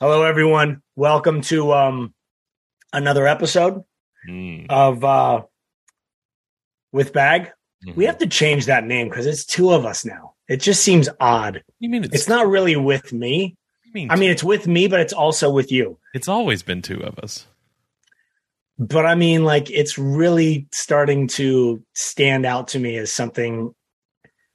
Hello, everyone. Welcome to um, another episode Mm, of uh, With Bag. We mhm. have to change that name because it's two of us now. It just seems odd. you mean it's, It's not really with me. you mean, I mean, it's with me, but it's also with you. it's always been two of us. But I mean, like, it's really starting to stand out to me as something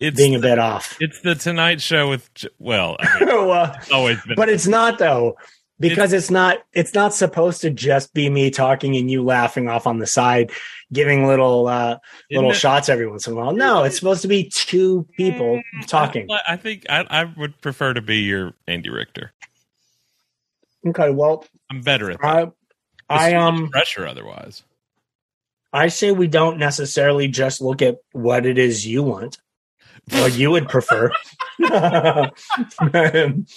It's being a the, bit off. it's the Tonight Show with J- well, I mean, Uh, it's always been but it's not though because it's, not it's not supposed to just be me talking and you laughing off on the side giving little uh Isn't little it- shots every once in a while no it's supposed to be two people Mm. talking I, I think I, I would prefer to be your Andy Richter. okay well I'm better at that. i i It's so much um pressure otherwise. i say we don't necessarily just look at what it is you want or you would prefer and,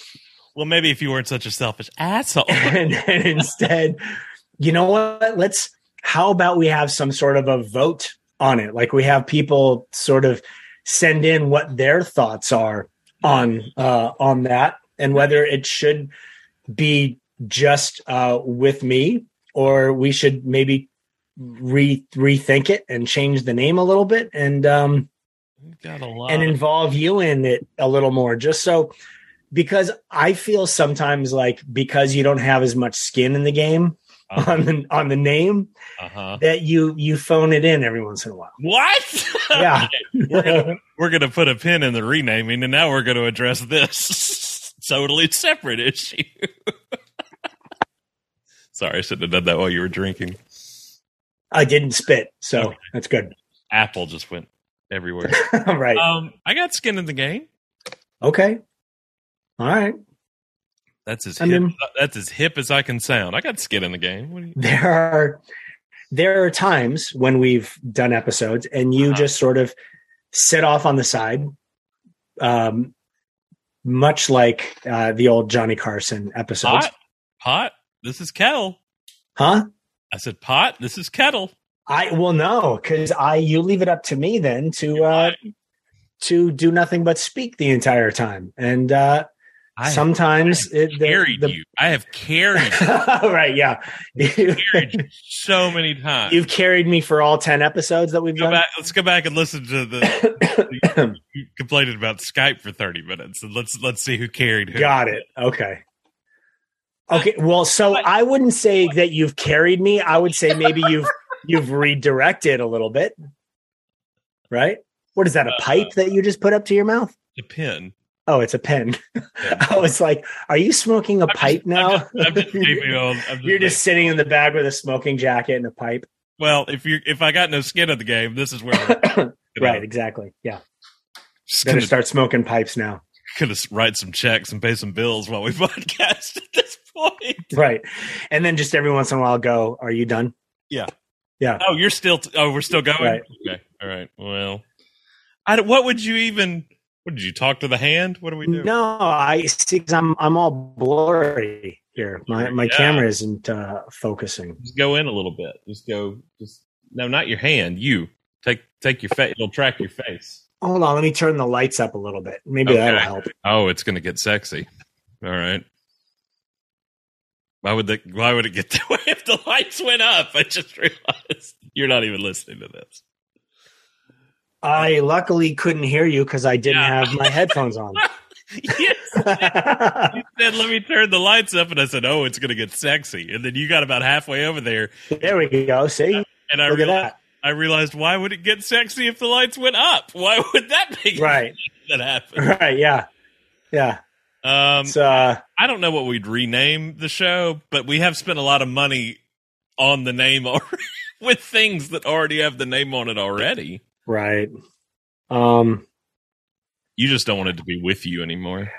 Well, maybe if you weren't such a selfish asshole. and instead you know what let's how about we have some sort of a vote on it like we have people sort of send in what their thoughts are on uh on that and whether it should be just uh with me or we should maybe re rethink it and change the name a little bit and um We've got a lot. and of- involve you in it a little more just so because i feel sometimes like because you don't have as much skin in the game uh-huh, on the on the name uh-huh. that you you phone it in every once in a while What? yeah We're gonna- we're going to put a pin in the renaming, and now we're going to address this totally separate issue. Sorry, I shouldn't have done that while you were drinking. i didn't spit so Okay. that's good Apple just went everywhere. all right um, I got skin in the game. okay all right That's as I hip, mean- that's as hip as I can sound. I got skin in the game. What do you, there are there are times when we've done episodes and you Uh-huh. just sort of sit off on the side um much like uh the old johnny carson episodes pot, pot. This is kettle. huh I said pot. This is kettle. i well no because i you leave it up to me then to uh to do nothing but speak the entire time and uh I have sometimes it the- carried the- you. I have carried, right yeah You- carried you so many times. you've carried me for all 10 episodes that we've go done back. Let's go back and listen to the you complaining about Skype for thirty minutes, and let's let's see who carried who. Got it. Okay. Okay. Well, so But- I wouldn't say that you've carried me. I would say maybe you've you've redirected a little bit. Right? What is that? A Uh, pipe that you just put up to your mouth? the pin. Oh, it's a pen. Yeah. I was like, are you smoking a I'm just- pipe now? I'm just, I'm just keeping on- I'm You're just sitting in the bag with a smoking jacket and a pipe. well. If you if I got no skin in the game, this is where we're Right, exactly. Yeah. Just Better gonna, start smoking pipes now. gonna write some checks and pay some bills while we podcast at this point. Right. And then just every once in a while go, are you done? Oh, you're still. T- oh, we're still going. Right. Okay. All right. Well, I, don't- what would you even? What did you talk to the hand? What do we do? No, I see. i I'm I'm all blurry here. My my Yeah. camera isn't uh, focusing. just go in a little bit. Just go. Just no, not your hand. You take take your face. It'll track your face. Hold on, let me turn the lights up a little bit. Maybe Okay. that'll help. Oh, it's gonna get sexy. All right. Why would the Why would it get that way if the lights went up? I just realized you're not even listening to this. I luckily couldn't hear you because I didn't Yeah. have my headphones on. Yes, you said let me turn the lights up, and I said, "Oh, it's gonna get sexy." And then you got about halfway over there, there we go. See, and I look at realized, that. I realized why would it get sexy if the lights went up? Why would that make Right, that happen? right, yeah, yeah. Um, It's uh, I don't know what we'd rename the show, but we have spent a lot of money on the name already, with things that already have the name on it already. right. Um, You just don't want it to be with you anymore.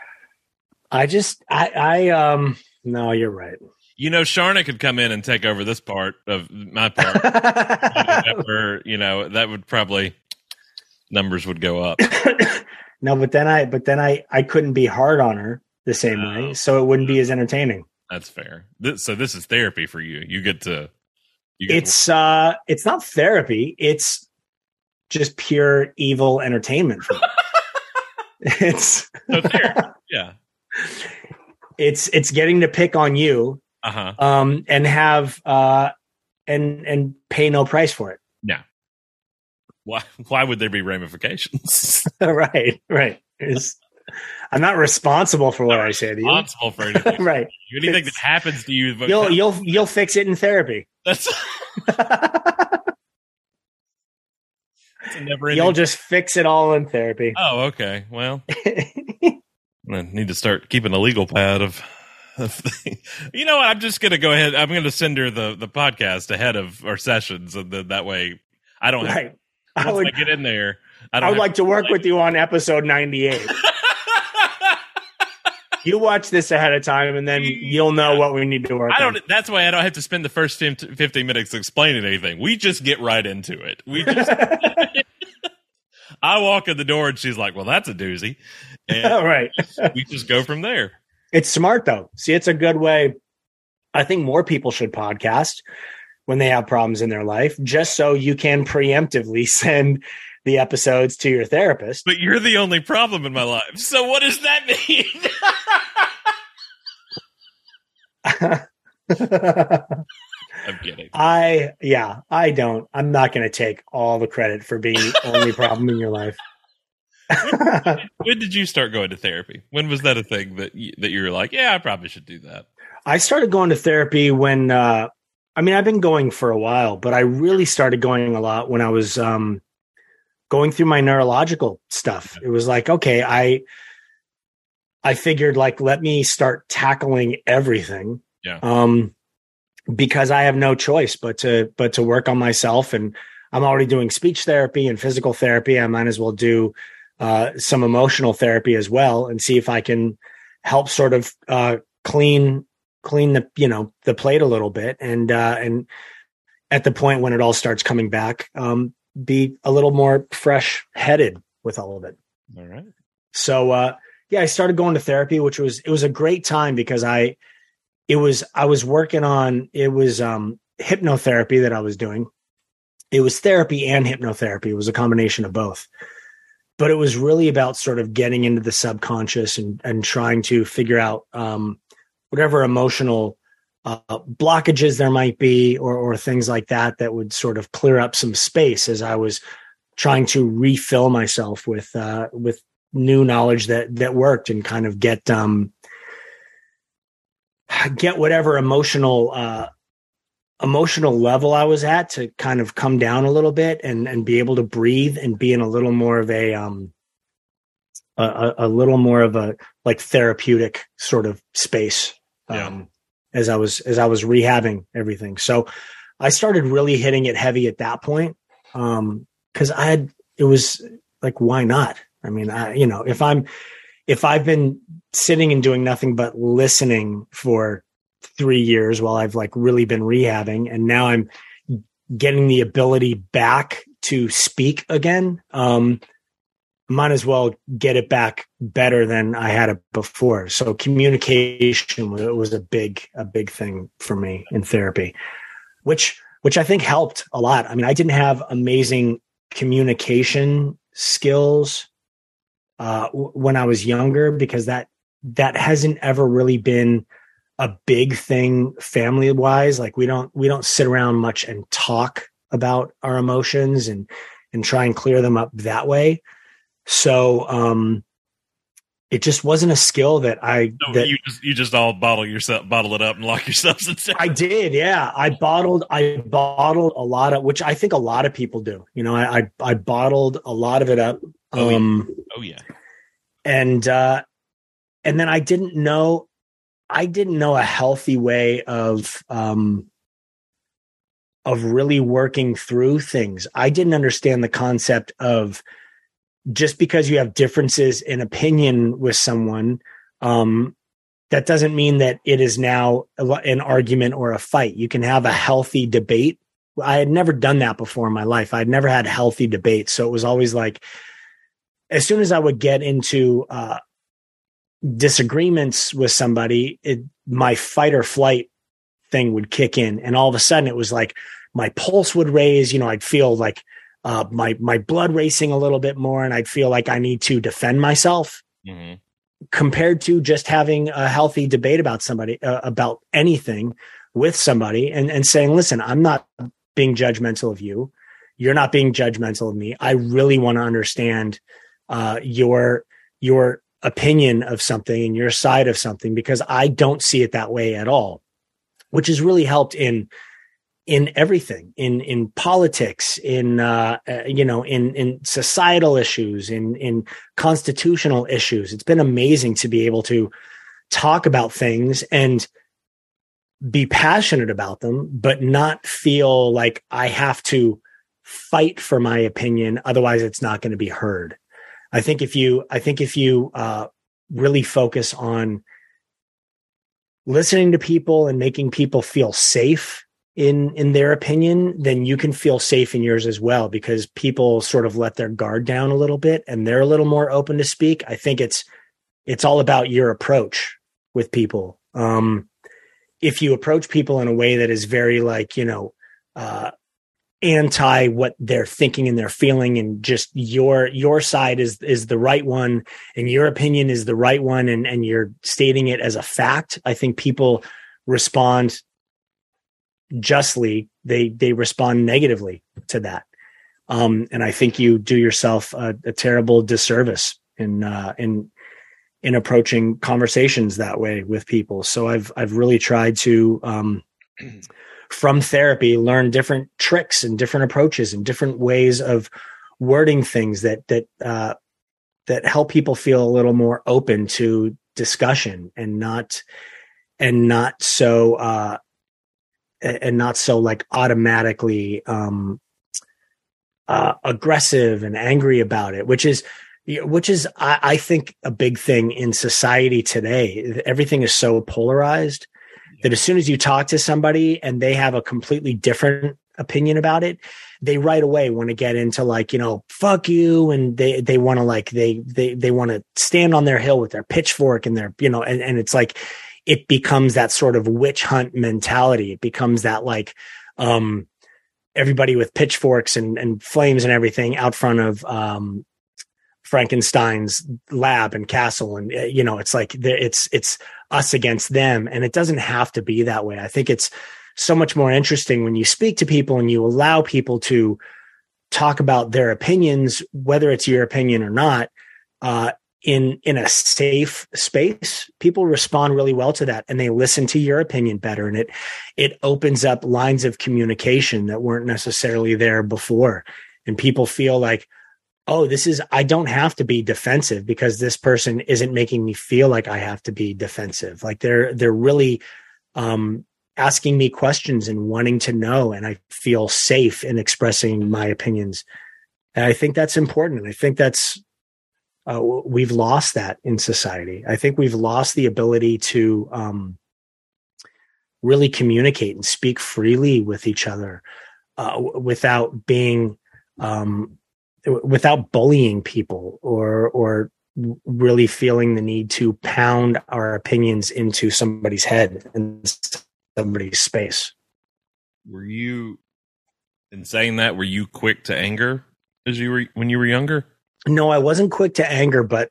I just, I, I, um, no, you're right. You know, Sharna could come in and take over this part of my part. Whatever, you know, that would probably numbers would go up. no, but then I, but then I, I couldn't be hard on her the same No. way, so it wouldn't be as entertaining. That's fair. This, so this is therapy for you. You get to. You get it's uh it's not therapy it's just pure evil entertainment for me. it's to, so there, yeah. It's it's getting to pick on you Uh huh. um, and have uh, and and pay no price for it. Why? Why would there be ramifications? right, right. It's- I'm not responsible for what I say to you. Responsible for anything. right. Anything that It's- happens to you, but You'll you'll you'll fix it in therapy. that's, that's a never you'll ending. just fix it all in therapy. oh, okay. Well, I need to start keeping a legal pad of. of the- you know what? I'm just gonna go ahead. I'm gonna send her the the podcast ahead of our sessions, and then that way I don't. Have, right. I once would I get in there. I I don't would like to work with you on episode 98. have- you watch this ahead of time and then you'll know what we need to work I on. don't. That's why I don't have to spend the first 50 50 minutes explaining anything. We just get right into it. We just. I walk in the door and she's like, "Well, that's a doozy," and All right. we just go from there. It's smart though. See, it's a good way. I think more people should podcast when they have problems in their life, just so you can preemptively send the episodes to your therapist. But you're the only problem in my life. So what does that mean? I'm kidding. I, yeah, I don't. I'm not going to take all the credit for being the only problem in your life. When did you start going to therapy? When was that a thing that you, that you were like, "Yeah, I probably should do that." I started going to therapy when uh I mean I've been going for a while, but I really started going a lot when I was um going through my neurological stuff. It was like, okay, I I figured like let me start tackling everything. Yeah. Um because I have no choice but to but to work on myself and I'm already doing speech therapy and physical therapy. I might as well do uh some emotional therapy as well and see if I can help sort of uh clean clean the you know the plate a little bit and uh and at the point when it all starts coming back um be a little more fresh headed with all of it All right. so uh yeah i started going to therapy which was it was a great time because i it was i was working on it was um hypnotherapy that i was doing it was therapy and hypnotherapy it was a combination of both but it was really about sort of getting into the subconscious and and trying to figure out um whatever emotional uh, blockages there might be or or things like that that would sort of clear up some space as i was trying to refill myself with uh with new knowledge that that worked and kind of get um get whatever emotional uh emotional level I was at to kind of come down a little bit and and be able to breathe and be in a little more of a um a- a, a little more of a like therapeutic sort of space Yeah. um as I was as I was rehabbing everything so I started really hitting it heavy at that point um cuz I had it was like why not i mean i you know if i'm if i've been sitting and doing nothing but listening for three years while i've like really been rehabbing and now i'm getting the ability back to speak again um might as well get it back better than i had it before so communication was, was a big a big thing for me in therapy which which i think helped a lot i mean i didn't have amazing communication skills uh, w- when I was younger because that that hasn't ever really been a big thing family wise. Like we don't we don't sit around much and talk about our emotions and and try and clear them up that way. So um, it just wasn't a skill that I So that you just you just all bottle yourself, bottle it up, and lock yourselves inside. I did, yeah. I bottled, I bottled a lot of, which I think a lot of people do. You know, I, I, I bottled a lot of it up, Oh, yeah. um, oh yeah. and uh, and then I didn't know, I didn't know a healthy way of um, of really working through things. I didn't understand the concept of just because you have differences in opinion with someone, um, that doesn't mean that it is now an argument or a fight. You can have a healthy debate. I had never done that before in my life. I'd never had healthy debates. So it was always like, as soon as I would get into uh, disagreements with somebody, it, my fight or flight thing would kick in. And all of a sudden it was like my pulse would raise, you know, I'd feel like uh, my, my blood racing a little bit more and I'd feel like I need to defend myself Mhm. compared to just having a healthy debate about somebody uh, about anything with somebody and, and saying listen i'm not being judgmental of you you're not being judgmental of me i really want to understand uh, your your opinion of something and your side of something because i don't see it that way at all which has really helped in in everything in in politics in uh, uh, you know in in societal issues in in constitutional issues it's been amazing to be able to talk about things and be passionate about them but not feel like i have to fight for my opinion otherwise it's not going to be heard i think if you i think if you uh, really focus on listening to people and making people feel safe in in their opinion then you can feel safe in yours as well because people sort of let their guard down a little bit and they're a little more open to speak i think it's it's all about your approach with people um if you approach people in a way that is very like you know uh anti what they're thinking and they're feeling and just your your side is is the right one and your opinion is the right one and and you're stating it as a fact i think people respond justly they they respond negatively to that um and i think you do yourself a, a terrible disservice in uh in in approaching conversations that way with people so i've i've really tried to um from therapy learn different tricks and different approaches and different ways of wording things that that uh that help people feel a little more open to discussion and not and not so uh and not so like automatically um uh aggressive and angry about it which is which is I, I think a big thing in society today everything is so polarized that as soon as you talk to somebody and they have a completely different opinion about it they right away want to get into like you know fuck you and they they want to like they they they want to stand on their hill with their pitchfork and their you know and, and it's like it becomes that sort of witch hunt mentality. It becomes that like um, everybody with pitchforks and, and, flames and everything out front of um, Frankenstein's lab and castle, and eh, you know, it's like it's it's us against them, and it doesn't have to be that way. I think it's so much more interesting when you speak to people and you allow people to talk about their opinions, whether it's your opinion or not. Uh, in in a safe space people respond really well to that and they listen to your opinion better and it it opens up lines of communication that weren't necessarily there before and people feel like oh this is i don't have to be defensive because this person isn't making me feel like i have to be defensive like they're they're really um asking me questions and wanting to know and i feel safe in expressing my opinions and i think that's important and i think that's uh, we've lost that in society. I think we've lost the ability to um, really communicate and speak freely with each other uh, w- without being um, w- without bullying people or or really feeling the need to pound our opinions into somebody's head and somebody's space. Were you in saying that? Were you quick to anger as you were when you were younger? no i wasn't quick to anger but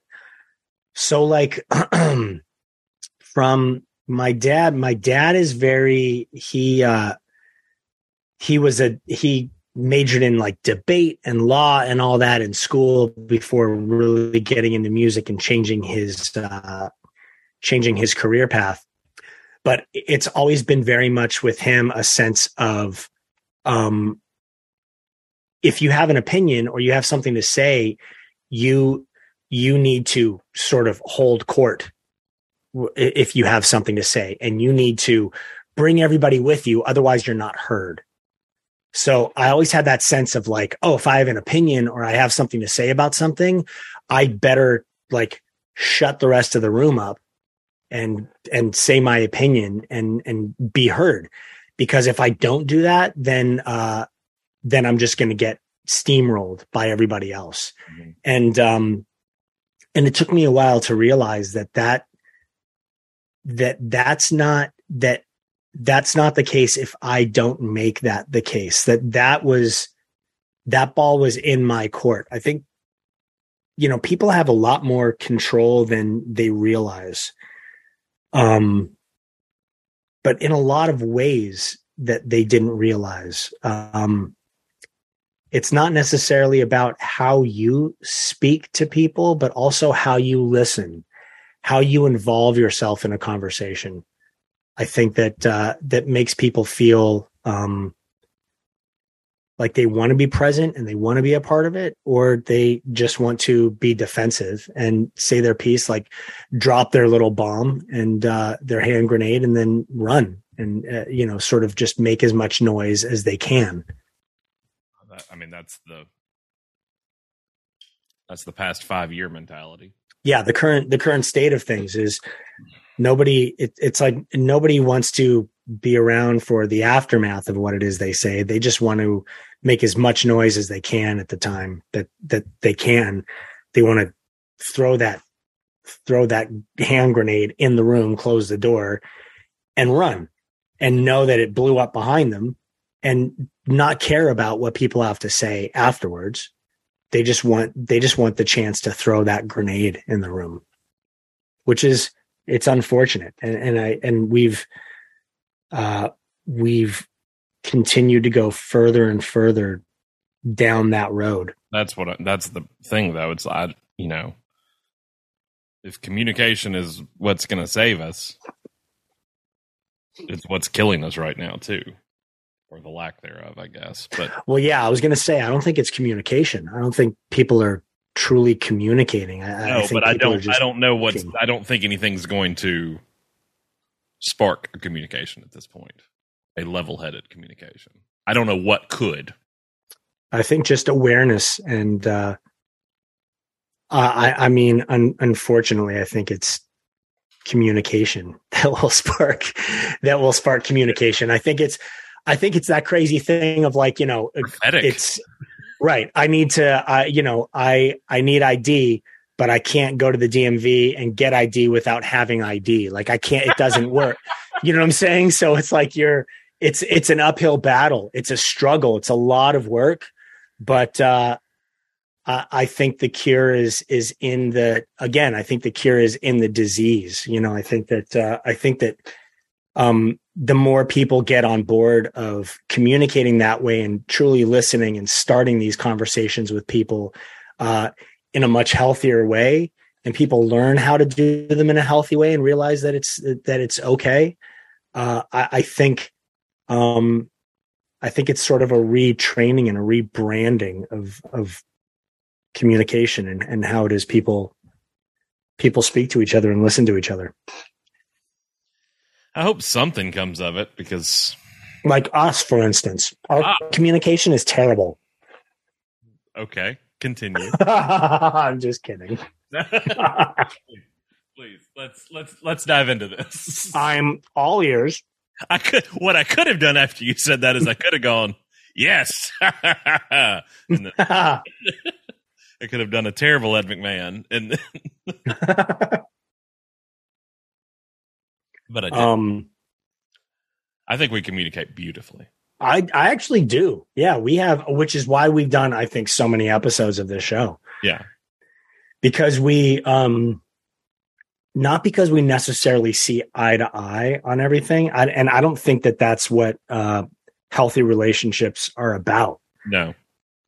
so like from my dad my dad is very he uh he was a he majored in like debate and law and all that in school before really getting into music and changing his uh changing his career path but it's always been very much with him a sense of um if you have an opinion or you have something to say you you need to sort of hold court if you have something to say and you need to bring everybody with you otherwise you're not heard so i always had that sense of like oh if i have an opinion or i have something to say about something i better like shut the rest of the room up and and say my opinion and and be heard because if i don't do that then uh then i'm just going to get steamrolled by everybody else mm-hmm. and um and it took me a while to realize that that that that's not that that's not the case if i don't make that the case that that was that ball was in my court i think you know, people have a lot more control than they realize. Um, but in a lot of ways that they didn't realize. Um, it's not necessarily about how you speak to people, but also how you listen, how you involve yourself in a conversation. I think that uh, that makes people feel um, like they want to be present and they want to be a part of it, or they just want to be defensive and say their piece, like drop their little bomb and uh, their hand grenade, and then run and uh, you know sort of just make as much noise as they can. I mean, that's the that's the past five year mentality. Yeah, the current the current state of things is nobody it, it's like nobody wants to be around for the aftermath of what it is they say they just want to make as much noise as they can at the time that that they can they want to throw that throw that hand grenade in the room close the door and run and know that it blew up behind them and not care about what people have to say afterwards they just want they just want the chance to throw that grenade in the room which is it's unfortunate and, and i and we've uh we've continued to go further and further down that road that's what I, that's the thing though it's I, you know if communication is what's going to save us it's what's killing us right now too or the lack thereof i guess but well yeah i was going to say i don't think it's communication i don't think people are truly communicating. I, no, I but I don't. I don't know what's. Thinking. I don't think anything's going to spark a communication at this point. A level-headed communication. I don't know what could. I think just awareness and. uh I, I mean, un- unfortunately, I think it's communication that will spark that will spark communication. I think it's, I think it's that crazy thing of like you know, Prophetic. it's right i need to i you know i i need id but i can't go to the dmv and get id without having id like i can't it doesn't work you know what i'm saying so it's like you're it's it's an uphill battle it's a struggle it's a lot of work but uh I, I think the cure is is in the again. I think the cure is in the disease. You know, I think that uh, I think that um, the more people get on board of communicating that way and truly listening and starting these conversations with people uh, in a much healthier way, and people learn how to do them in a healthy way and realize that it's that it's okay. Uh, I, I, think, um, I think it's sort of a retraining and a rebranding of of communication and, and how it is people people speak to each other and listen to each other. I hope something comes of it because, like us, for instance, our ah. communication is terrible. Okay, continue. I'm just kidding. Please let's let's let's dive into this. I'm all ears. I could what I could have done after you said that is I could have gone yes. I could have done a terrible Ed McMahon and. but I did. um I think we communicate beautifully. I I actually do. Yeah, we have which is why we've done I think so many episodes of this show. Yeah. Because we um not because we necessarily see eye to eye on everything. I, and I don't think that that's what uh healthy relationships are about. No.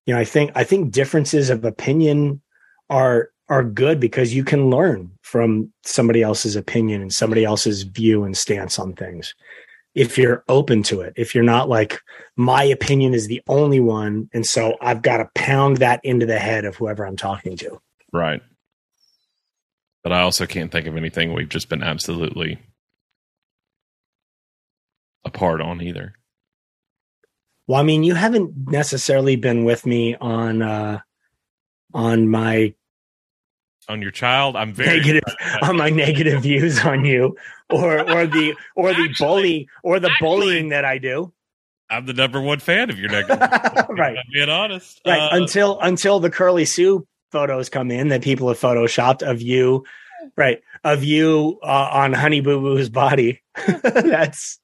You know, I think I think differences of opinion are are good because you can learn from somebody else's opinion and somebody else's view and stance on things if you're open to it if you're not like my opinion is the only one and so i've got to pound that into the head of whoever i'm talking to right but i also can't think of anything we've just been absolutely apart on either well i mean you haven't necessarily been with me on uh on my on your child. I'm very negative on my negative views on you, or or the or the actually, bully or the actually, bullying that I do. I'm the number one fan of your negative. right, being honest. Right uh, until until the curly Sue photos come in that people have photoshopped of you, right of you uh, on Honey Boo Boo's body. that's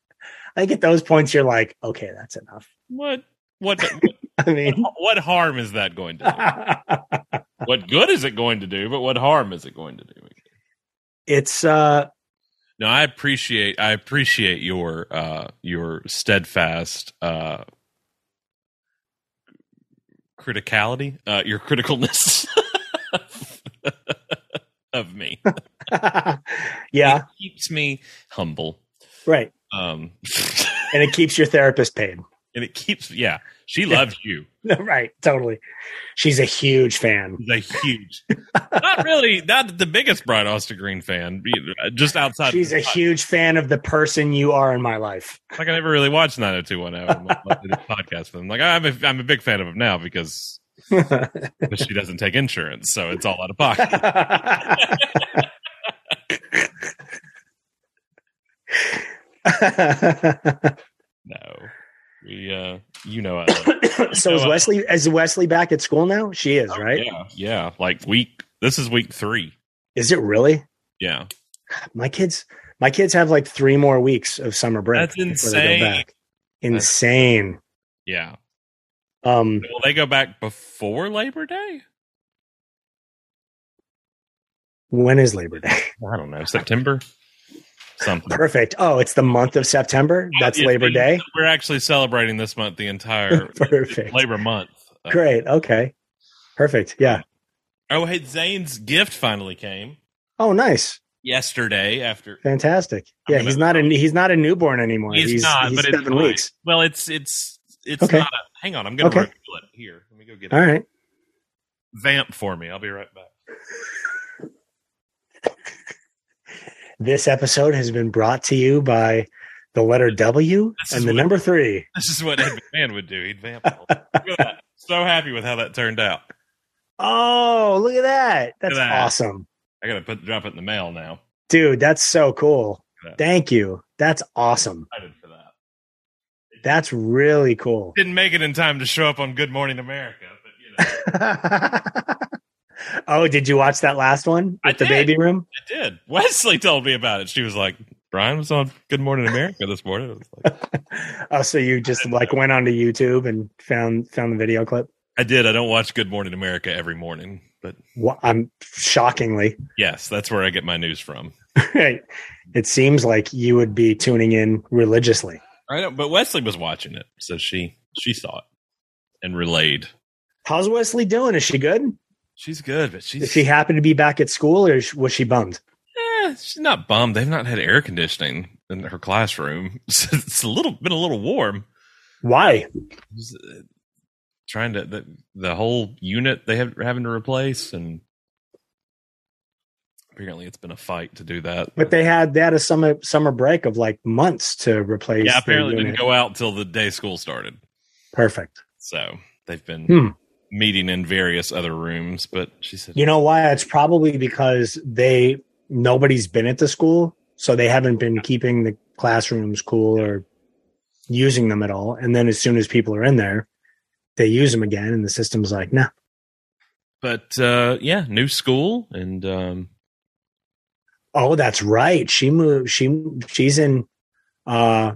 I think at those points you're like, okay, that's enough. What what. what I mean, what, what harm is that going to do? what good is it going to do? But what harm is it going to do? It's uh No, I appreciate I appreciate your uh your steadfast uh criticality, uh your criticalness of me. yeah, It keeps me humble. right. Um And it keeps your therapist paid. and it keeps yeah, she loves you. right, totally. She's a huge fan. She's a huge not really not the biggest Brian Austin Green fan, be- uh, just outside of She's the a huge fan of the person you are in my life. like I never really watched 90210 unless I did a podcast with him. Like I'm a, I'm a big fan of him now because she doesn't take insurance, so it's all out of pocket. No, we uh, you know, I love it. so is Wesley is Wesley back at school now? She is, right? yeah, yeah, like week. This is week three. Is it really? Yeah, My kids my kids have like 3 more weeks of summer break. That's before they go insane. back. Insane. yeah. Um Will they go back before Labor Day? when is Labor Day? I don't know, September. Something. Perfect. Oh, it's the month of September. That's Yeah, Labor Day. We're actually celebrating this month the entire Perfect. Labor Month. Uh, Great. Okay. Perfect. Yeah. Oh, hey, Zane's gift finally came Oh, nice. yesterday after Fantastic. I'm Yeah, gonna- he's not a he's not a newborn anymore. He's, He's, not, he's but it's seven fine. weeks. Well, it's it's it's Okay. not. A, hang on, I'm gonna Okay. reveal it here. Let me go get it. All right. Vamp for me. I'll be right back. This episode has been brought to you by the letter W This is and the what- number three. This is what Edmund Man would do. He'd vamp. Look at that. So happy with how that turned out. Oh, look at that. That's at that. awesome. I gotta put drop it in the mail now. Dude, that's so cool. Look at that. Thank you. That's awesome. Excited for that. That's really cool. Didn't make it in time to show up on Good Morning America, but you know, oh, did you watch that last one I at the did. baby room? I did. Wesley told me about it. She was like, "Brian was on Good Morning America this morning." I was like, Oh, so you just like went onto YouTube and found found the video clip? "I did. I don't watch Good Morning America every morning, but Wha- I'm shockingly yes, that's where I get my news from." right. It seems like you would be tuning in religiously. I know, but Wesley was watching it, so she she saw it and relayed. How's Wesley doing? Is she good? She's good, but she's Is she happy to be back at school, or is- was she bummed? eh, she's not bummed. They've not had air conditioning in her classroom. So it's a little been a little warm. Why? Just, uh, trying to the, the whole unit they have having to replace, and apparently it's been a fight to do that. But they had they had a summer summer break of like months to replace. yeah, their apparently unit. didn't go out till the day school started. Perfect. So they've been Hmm. meeting in various other rooms. But she said, You know why? It's probably because they nobody's been at the school, so they haven't been keeping the classrooms cool or using them at all. And then as soon as people are in there, they use them again, and the system's like, nah. but uh, yeah, new school and um, Oh, that's right. She moved. She she's in uh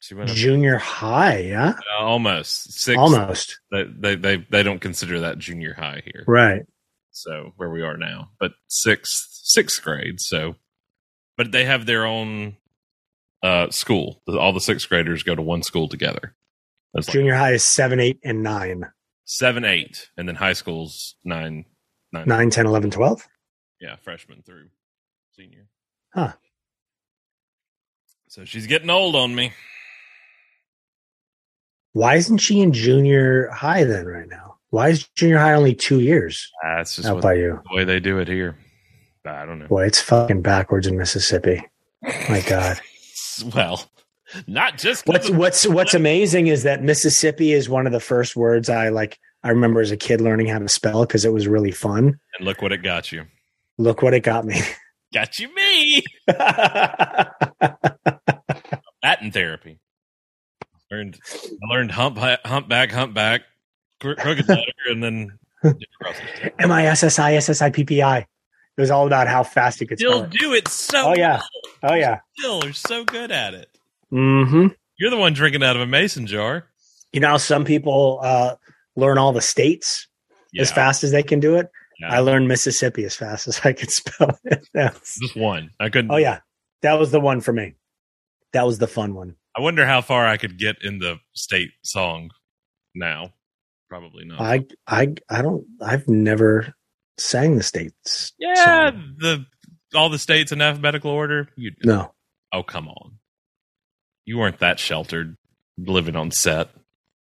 she went up, junior high. Yeah, uh, almost six. almost They, they they they don't consider that junior high here, right. so where we are now. But sixth sixth grade. So, but they have their own uh, school. All the sixth graders go to one school together. That's like Junior high is seven, eight, and nine. seven, eight, and then high school's nine, nine, Nine, ten, eleven, twelve. yeah, freshman through senior. Huh. So she's getting old on me. Why isn't she in junior high then right now? Why is junior high only two years That's just out what, by the you? way they do it here. I don't know. Boy, it's fucking backwards in Mississippi. My God. Well, not just 'cause What's of- what's what's amazing is that Mississippi is one of the first words I like I remember as a kid learning how to spell because it was really fun. and look what it got you. Look what it got me. Got you me. Latin therapy. Learned I learned hump humpback humpback cro- crooked letter and then did crossword. M I S S I S S I P P I. It was all about how fast you could spell still it. do it so Oh yeah. well. Oh yeah. Still are so good at it. Mm-hmm. You're the one drinking out of a mason jar. You know, how some people uh, learn all the states as fast as they can do it. I learned Mississippi as fast as I could spell it. That's, Just one. I couldn't. oh yeah, that was the one for me. That was the fun one. I wonder how far I could get in the state song now. Probably not. I I I don't. I've never sang the states. yeah, song. the all the states in alphabetical order. You No. Oh come on, you weren't that sheltered living on set.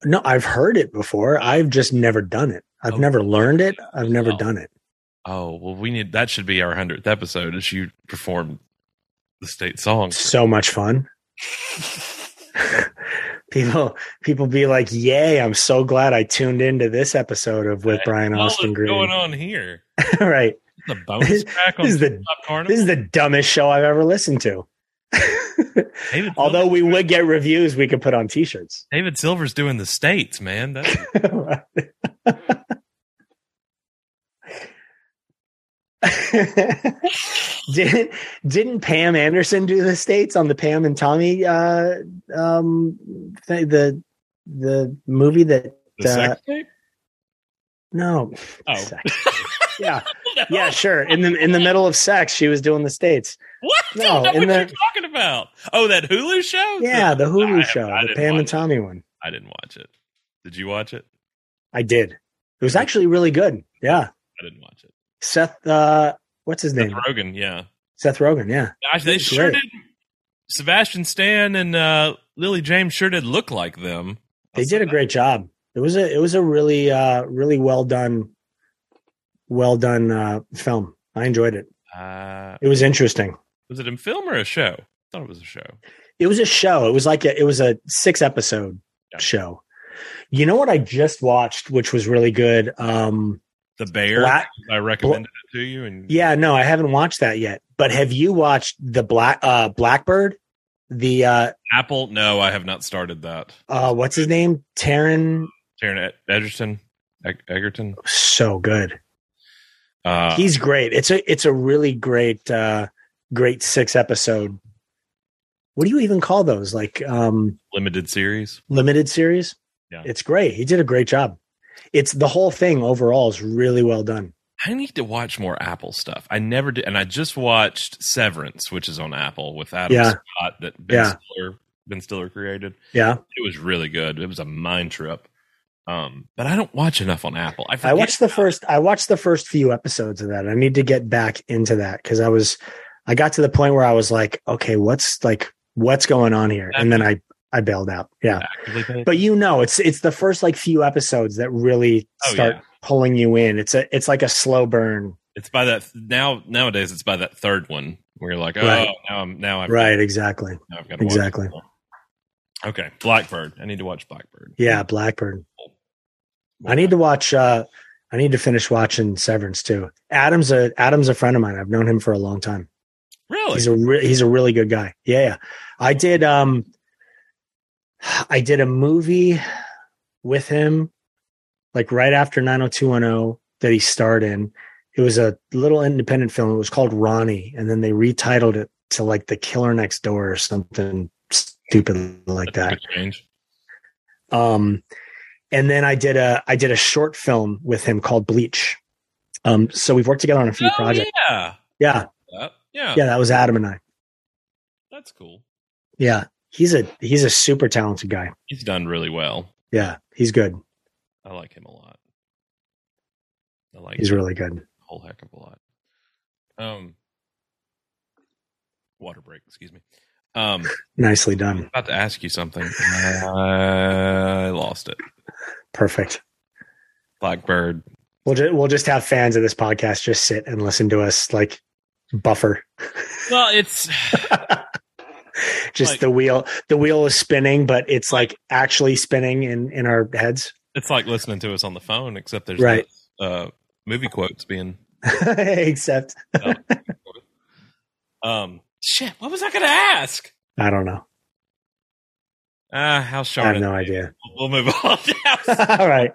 No, I've heard it before. I've just never done it. I've Oh. never learned it. I've never Oh. done it. Oh well, we need that should be our hundredth episode. Is you perform the state song? So much fun. people people be like, "Yay, I'm so glad I tuned into this episode of with Brian What Austin is Green." going on here? right. The bonus track on This is the Top Carnival. this is the dumbest show I've ever listened to. David Although we Silver's- would get reviews we could put on t-shirts. David Silver's doing the states, man. That's didn't didn't Pam Anderson do the states on the Pam and Tommy uh um th- the the movie that the sex tape? no Oh, sex. yeah yeah sure in the in the middle of sex she was doing the states What? No, No, in what the- you're talking about? Oh, that Hulu show? yeah the Hulu I- show I the didn't Pam and watch it. Tommy one I didn't watch it. Did you watch it? I did it was actually really good yeah I didn't watch it. Seth uh what's his name Seth Rogen, yeah. Seth Rogen yeah Gosh, they He's sure great. did. Sebastian Stan and uh, Lily James sure did look like them. they did a great job. It was a it was a really uh really well done well done uh film. I enjoyed it. Uh, It was interesting. was it a film or a show? I thought it was a show. It was a show. It was like a, it was a 6 episode Yeah. show. You know what I just watched which was really good um The Bear. Black- I recommended it to you, and yeah, no, I haven't watched that yet. But have you watched the Black uh Blackbird? The uh Apple. No, I have not started that. uh what's his name? Taryn Taryn Ed- Edgerton. Eg- Egerton. so good. Uh, he's great. It's a it's a really great uh great six episode. What do you even call those? Like um limited series. limited series? Yeah. It's great. He did a great job. It's the whole thing overall is really well done. I need to watch more Apple stuff. I never did, and I just watched Severance, which is on Apple with Adam Yeah. Scott that Ben Yeah. Stiller Ben Stiller created. Yeah. It was really good. It was a mind trip. Um, but I don't watch enough on Apple. I, I forget- watched the first I watched the first few episodes of that. I need to get back into that cuz I was I got to the point where I was like, okay, what's like what's going on here? And then I I bailed out. Yeah. actively paying- but you know it's it's the first like few episodes that really Oh, start yeah. pulling you in it's a it's like a slow burn it's by that now nowadays. It's by that third one where you're like, oh, Right. now I'm now I've, right exactly now I've got to exactly Watch. it. Okay, Blackbird. I need to watch Blackbird. yeah blackbird i need to watch uh i need to finish watching severance too adam's a adam's a friend of mine i've known him for a long time really. he's a re- he's a really good guy yeah, yeah i did um i did a movie with him like right after 90210 that he starred in it was a little independent film it was called ronnie and then they retitled it to like the killer next door or something stupid like That's a that good change. um and then i did a i did a short film with him called bleach um so we've worked together on a few Oh, projects yeah. yeah Uh, yeah, yeah that was adam and i that's cool. yeah he's a he's a super talented guy He's done really well. Yeah, he's good. I like him a lot. I like He's him really good. a whole heck of a lot. Um, water break. Excuse me. Um, Nicely done. about to ask you something. I lost it. Perfect. Blackbird. We'll just we'll just have fans of this podcast just sit and listen to us like buffer. Well, it's Just Like- the wheel the wheel is spinning, but it's like actually spinning in in our heads. it's like listening to us on the phone, except there's Right. no, uh, movie quotes being. Except Um, shit. What was I going to ask? I don't know. Ah, how short. I have it- no idea. We'll move on. All right.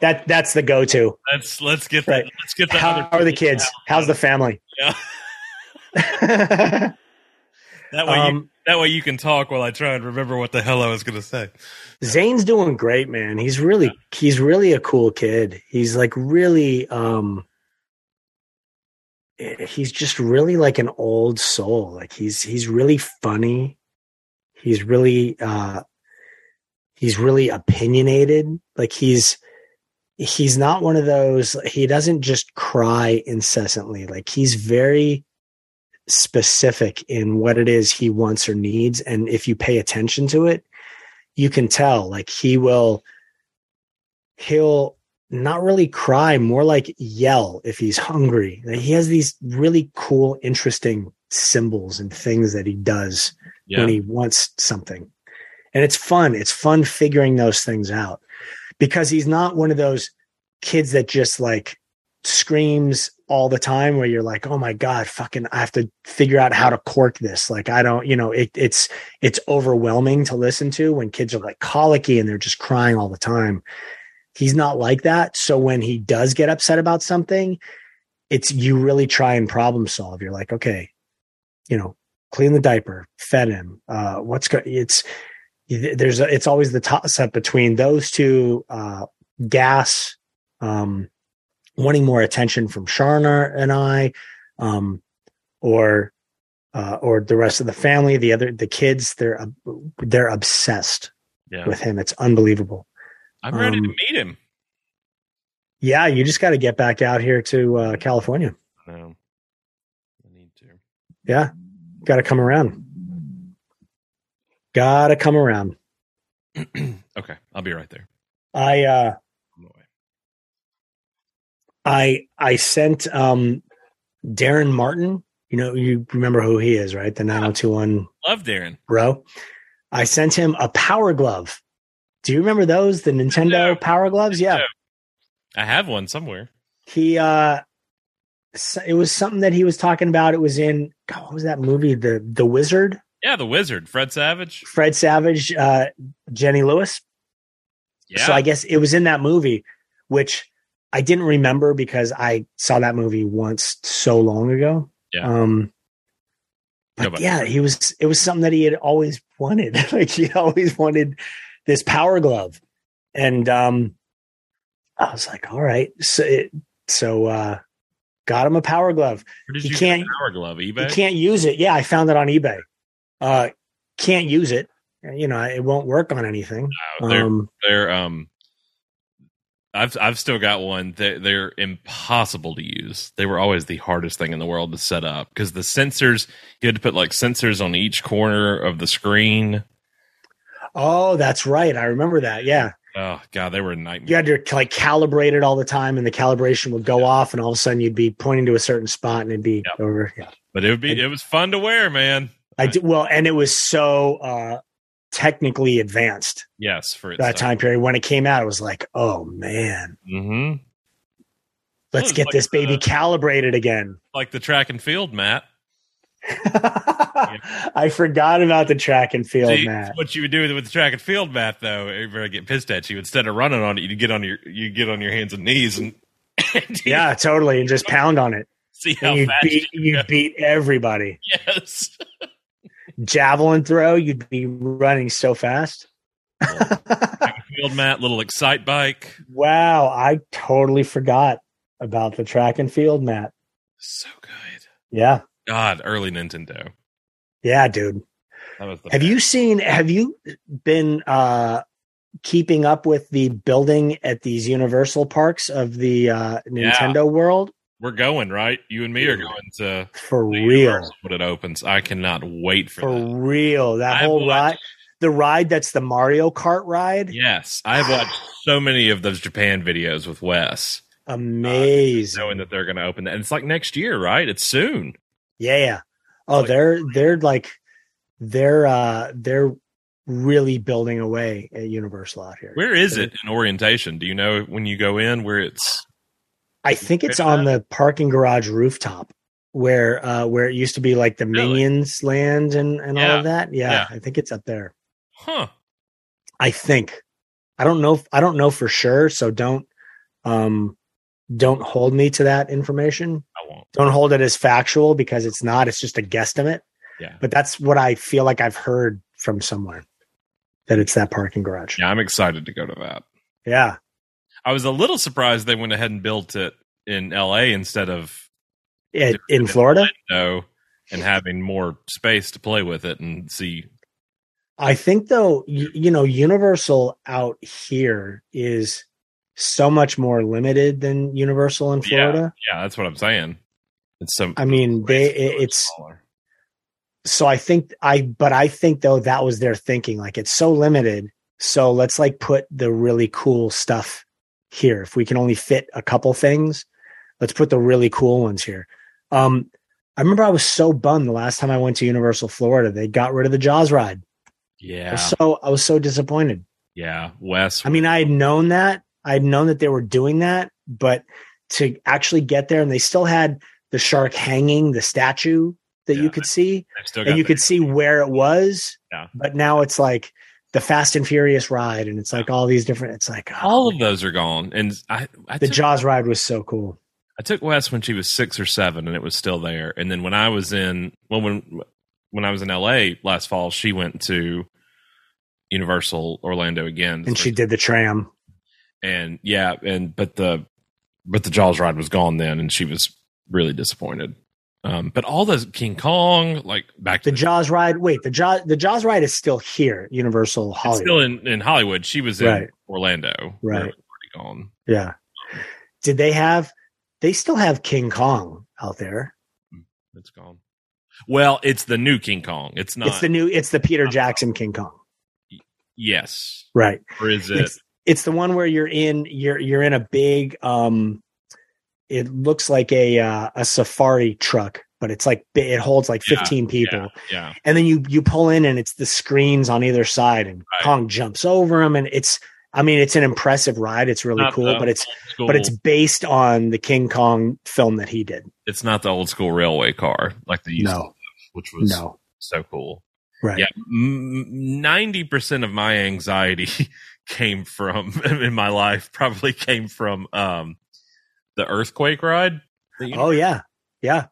That that's the go to. let's let's get Right. that. Let's get that. How other are the kids? How's the family? Yeah. Yeah. That way, you, um, that way you can talk while I try and remember what the hell I was going to say. Zane's doing great, man. He's really he's really a cool kid. He's like really um he's just really like an old soul. Like he's he's really funny. He's really uh he's really opinionated. Like he's he's not one of those he doesn't just cry incessantly. Like he's very specific in what it is he wants or needs and if you pay attention to it, you can tell like he will he'll not really cry, more like yell if he's hungry. Like he has these really cool, interesting symbols and things that he does Yeah. when he wants something. And it's fun. It's fun figuring those things out because he's not one of those kids that just like screams all the time where you're like, oh my God, fucking, I have to figure out how to cork this. Like, I don't, you know, it, it's, it's overwhelming to listen to when kids are like colicky and they're just crying all the time. He's not like that. So when he does get upset about something, it's you really try and problem solve. You're like, okay, you know, clean the diaper, fed him. Uh, what's go- it's there's a, it's always the toss up between those two uh, gas um, wanting more attention from Sharna and I, um, or uh, or the rest of the family. The other the kids they're ob- they're obsessed Yeah. with him. It's unbelievable. I'm ready to um, meet him. Yeah, you just got to get back out here to uh, California. No, I need to. Yeah, got to come around. Got to come around. okay, I'll be right there. I uh, On the way. I I sent um, Darren Martin. You know, you remember who he is, right? The nine hundred two one Love Darren. bro. I sent him a power glove. Do you remember those? The Nintendo Yeah. power gloves? Yeah. Yeah. I have one somewhere. He uh s- it was something that he was talking about. It was in God, what was that movie? The The Wizard, Yeah, the Wizard, Fred Savage. Fred Savage, uh Jenny Lewis. Yeah, So I guess it was in that movie, which I didn't remember because I saw that movie once so long ago. Yeah. Um but No, but- yeah, he was it was something that he had always wanted. like he always wanted this power glove. And um I was like, all right. So it, so uh got him a power glove. Where did you you can't- get a power glove You eBay. can't use it. Yeah, I found it on eBay. Uh can't use it. You know, it won't work on anything. Oh, they're, Um they're um, I've I've still got one. They're, they're impossible to use. They were always the hardest thing in the world to set up because the sensors you had to put like sensors on each corner of the screen. oh, that's right. I remember that. Yeah. Oh god, they were a nightmare. you had to like calibrate it all the time and the calibration would go off and all of a sudden you'd be pointing to a certain spot and it'd be Yep. over yeah. But it would be it was fun to wear, man. i did well and it was so uh technically advanced Yes, for its that time period when it came out it was like oh man hmm let's it's get like this baby the- calibrated again Like the track and field, Matt. i forgot about the track and field See, matt What you would do with the track and field mat, though, everybody would get pissed at you. Instead of running on it, you get on your you get on your hands and knees and yeah totally and just pound on it see how and you fast beat you you go. beat everybody Yes, javelin throw you'd be running so fast field mat, little excite bike, Wow, I totally forgot about the track and field, Matt. so good. Yeah. God, early Nintendo. Yeah, dude. That was the Have you seen have you been uh keeping up with the building at these universal parks of the uh Yeah. Nintendo world? We're going right. You and me are going to For the real. Universal when it opens. I cannot wait for, For that. real. That I whole watched- ride the ride that's the Mario Kart ride. Yes, I have watched so many of those Japan videos with Wes, Amazing. knowing that they're going to open that. And it's like next year, right? It's soon. Yeah, yeah. Oh, Like- they're they're like they're uh they're really building away at Universal out here. Where is it in orientation? Do you know when you go in where it's? I think it's Where on the parking garage rooftop where uh where it used to be like the Really? minions land and and all of that. Yeah, Yeah. I think it's up there. Huh. I think. I don't know I don't know for sure, so don't um don't hold me to that information. I won't. Don't hold it as factual because it's not, it's just a guesstimate. Yeah. But that's what I feel like I've heard from somewhere that it's that parking garage. Yeah, I'm excited to go to that. Yeah. I was a little surprised they went ahead and built it in L.A. instead of at, in Florida. No, and having more space to play with it and see. I think though, you, you know, Universal out here is so much more limited than Universal in Florida. Yeah, that's what I'm saying. It's some. I mean, they it, it's smaller. so I think I but I think though that was their thinking like it's so limited, so let's like put the really cool stuff here. If we can only fit a couple things, let's put the really cool ones here. Um I remember I was so bummed the last time I went to Universal Florida, they got rid of the Jaws ride. I Yeah, was so I was so disappointed. yeah. Wes, I mean, I had known that. I had known that they were doing that, but to actually get there, and they still had the shark hanging, the statue that Yeah. you could see, I've still got and you the- could see where it was. Yeah. But now it's like the Fast and Furious ride, and it's like all these different. It's like oh, all of those are gone. And I, I the took, Jaws ride was so cool. I took Wes when she was six or seven, and it was still there. And then when I was in, well, when when I was in L.A. last fall, she went to Universal Orlando again, And she did the tram. and yeah, and but the but the Jaws ride was gone then, and she was really disappointed. Um, but all those King Kong, like back to The the Jaws ride. Wait, the Jaws the Jaws ride is still here, Universal It's Hollywood. still in, in Hollywood. She was in Right. Orlando. Right. Where it was already gone. yeah. Did they have? They still have King Kong out there. It's gone. Well, it's the new King Kong. It's not. It's the new. It's the Peter not- Jackson King Kong. yes. Right. Or is it? it's, it's the one where you're in you're you're in a big um it looks like a uh, a safari truck but it's like bi- it holds like Yeah, 15 people yeah. and then you you pull in and it's the screens on either side and kong jumps over them and it's i mean it's an impressive ride it's really Not cool the but it's old school- but it's based on the king kong film that he did it's not the old school railway car like they used to, no have, which was no so cool. right Yeah, ninety percent of my anxiety came from in my life probably came from um the earthquake ride. that you- oh yeah yeah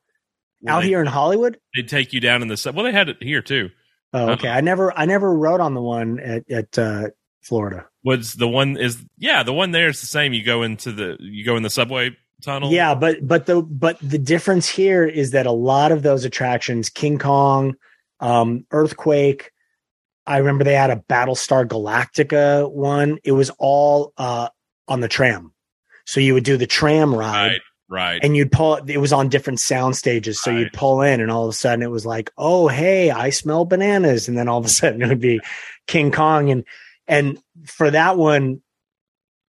where out they, here in hollywood they take you down in the sub. Well, they had it here too. oh Uh-huh. okay i never i never rode on the one at at uh florida was the one is yeah the one there is the same you go into the you go in the subway tunnel Yeah, but but the but the difference here is that a lot of those attractions, King Kong, um, Earthquake, I remember they had a Battlestar Galactica one. It was all uh, on the tram, so you would do the tram ride, right right and you'd pull. It was on different sound stages, so Right. you'd pull in, and all of a sudden it was like, "Oh, hey, I smell bananas," and then all of a sudden it would be King Kong, and and for that one,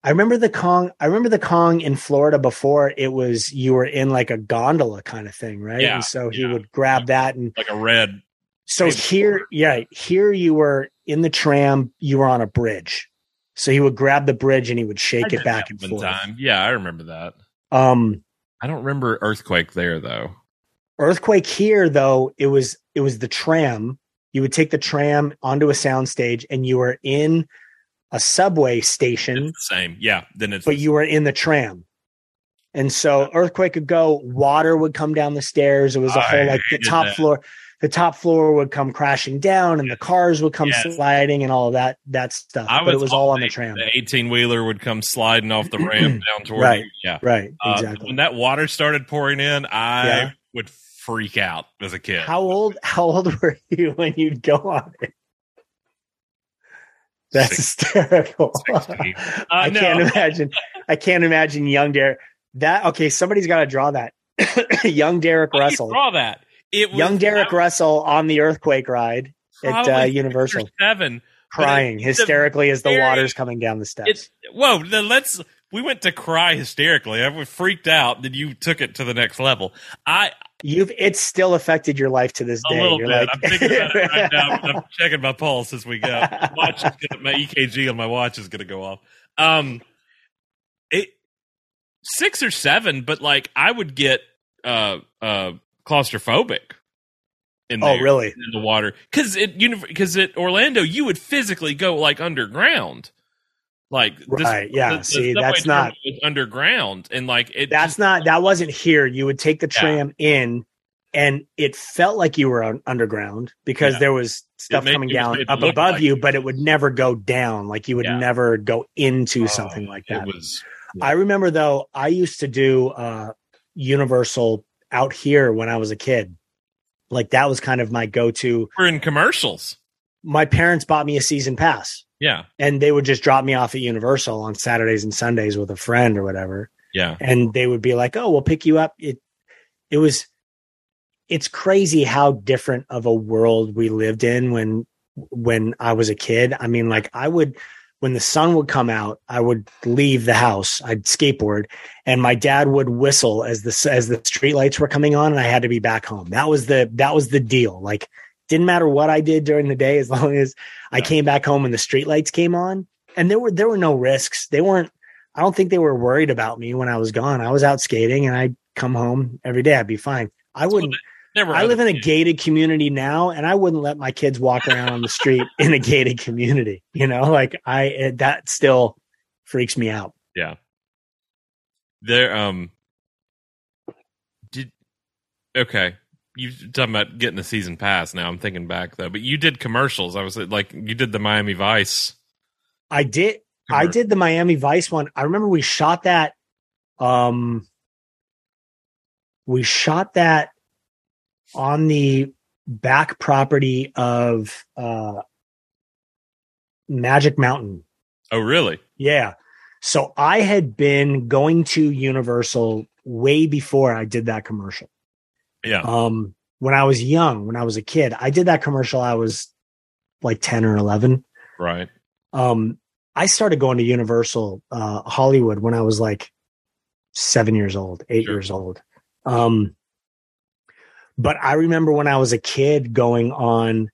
I remember the Kong. I remember the Kong in Florida before it was you were in like a gondola kind of thing, right? Yeah, and so he yeah. would grab that, and like a red so Maybe here, yeah, here you were in the tram, you were on a bridge, so he would grab the bridge and he would I shake did it back and that one forth. time yeah i remember that Um, i don't remember earthquake there though Earthquake here though, it was it was the tram. You would take the tram onto a soundstage and you were in a subway it's station, the same yeah then it's but you were in the tram. And so earthquake would go, water would come down the stairs. It was a I whole like the hated top that. floor, the top floor would come crashing down and the cars would come Yes. sliding and all of that that stuff. I but it was was all on the hoping tram. the 18 wheeler would come sliding off the ramp down toward Right. you. yeah Right. Uh, Exactly. when that water started pouring in i Yeah. would freak out as a kid How old how old were you when you'd go on it? That's Six- hysterical. 16. Uh, I no. can't imagine I can't imagine young Derek. That okay, somebody's gotta draw that. young Derek How do you Russell. draw that it was Young Derek Russell on the earthquake ride at probably uh, six or Universal, seven crying hysterically as the very- water's coming down the steps. It's whoa. Then let's. We went to cry hysterically. I was freaked out. Then you took it to the next level. I You've it's still affected your life to this a day. little You're like- bit. I'm thinking about it right now. I'm checking my pulse as we go. My watch is gonna, my EKG on my watch is going to go off. Um, it six or seven, but like I would get uh uh claustrophobic. In oh there, really? In the water, because it because at Orlando, you would physically go like underground. Like this- Right, yeah. the- the See, subway that's terminal not was underground and like it that's not that wasn't here you would take the Yeah. tram in and it felt like you were on underground because Yeah. there was stuff made- coming it was down made to up look above like- you but it would never go down like you would Yeah. never go into Oh, something like that it was i remember though i used to do uh universal out here when I was a kid. Like that was kind of my go to. We're in commercials. My parents bought me a season pass Yeah. and they would just drop me off at Universal on Saturdays and Sundays with a friend or whatever. Yeah. And they would be like, oh, we'll pick you up. It, it was, it's crazy how different of a world we lived in when, when I was a kid. I mean, like I would, when the sun would come out, I would leave the house. I'd skateboard, and my dad would whistle as the as the street lights were coming on, and I had to be back home. That was the that was the deal. Like, didn't matter what I did during the day, as long as I came back home and the street lights came on. And there were there were no risks. They weren't. I don't think they were worried about me when I was gone. I was out skating, and I'd come home every day. I'd be fine. I wouldn't. Never. I live in a gated community now, and I wouldn't let my kids walk around on the street in a gated community. You know, like I it, that still freaks me out. there. Um. Did okay. You talking about getting a season pass? Now I'm thinking back though, but you did commercials. I was like, you did the Miami Vice. I did I did the Miami Vice one. I remember we shot that. Um, we shot that on the back property of uh, Magic Mountain. Oh, really? Yeah. So I had been going to Universal way before I did that commercial. Yeah. Um, when I was young, when I was a kid, I did that commercial. I was like 10 or 11. Right. Um, I started going to Universal, uh, Hollywood when I was like seven years old, eight Sure. years old. Um, but I remember when I was a kid going on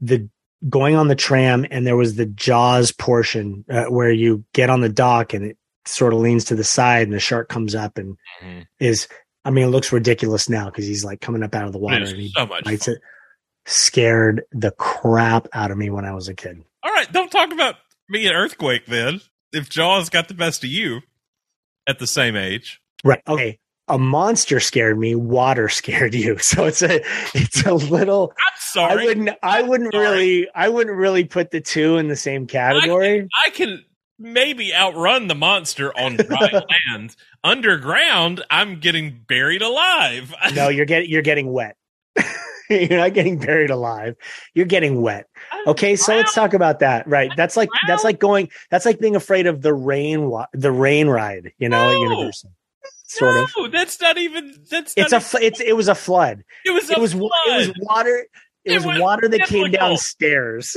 the going on the tram, and there was the Jaws portion uh, where you get on the dock and it sort of leans to the side, and the shark comes up and Mhm. is. I mean, it looks ridiculous now because he's like coming up out of the water It and he is so much. bites it. Scared the crap out of me when I was a kid. All right, don't talk about me and Earthquake then. If Jaws got the best of you at the same age, Right. Okay. A monster scared me. Water scared you. So it's a it's a little. I'm I sorry. wouldn't. I wouldn't Sorry. really. I wouldn't really put the two in the same category. I can maybe outrun the monster on dry land. Underground, I'm getting buried alive. no, you're getting you're getting wet. you're not getting buried alive. You're getting wet. Okay. So let's talk about that. Right. That's like that's like going. That's like being afraid of the rain. wa- The rain ride. You know, at No. Universal. Sort no, of. That's not even. That's It's a. not. fl- It's it was a flood. even- it was. It was. a wa- flood. It was water. It, It was, was water that came biblical. downstairs.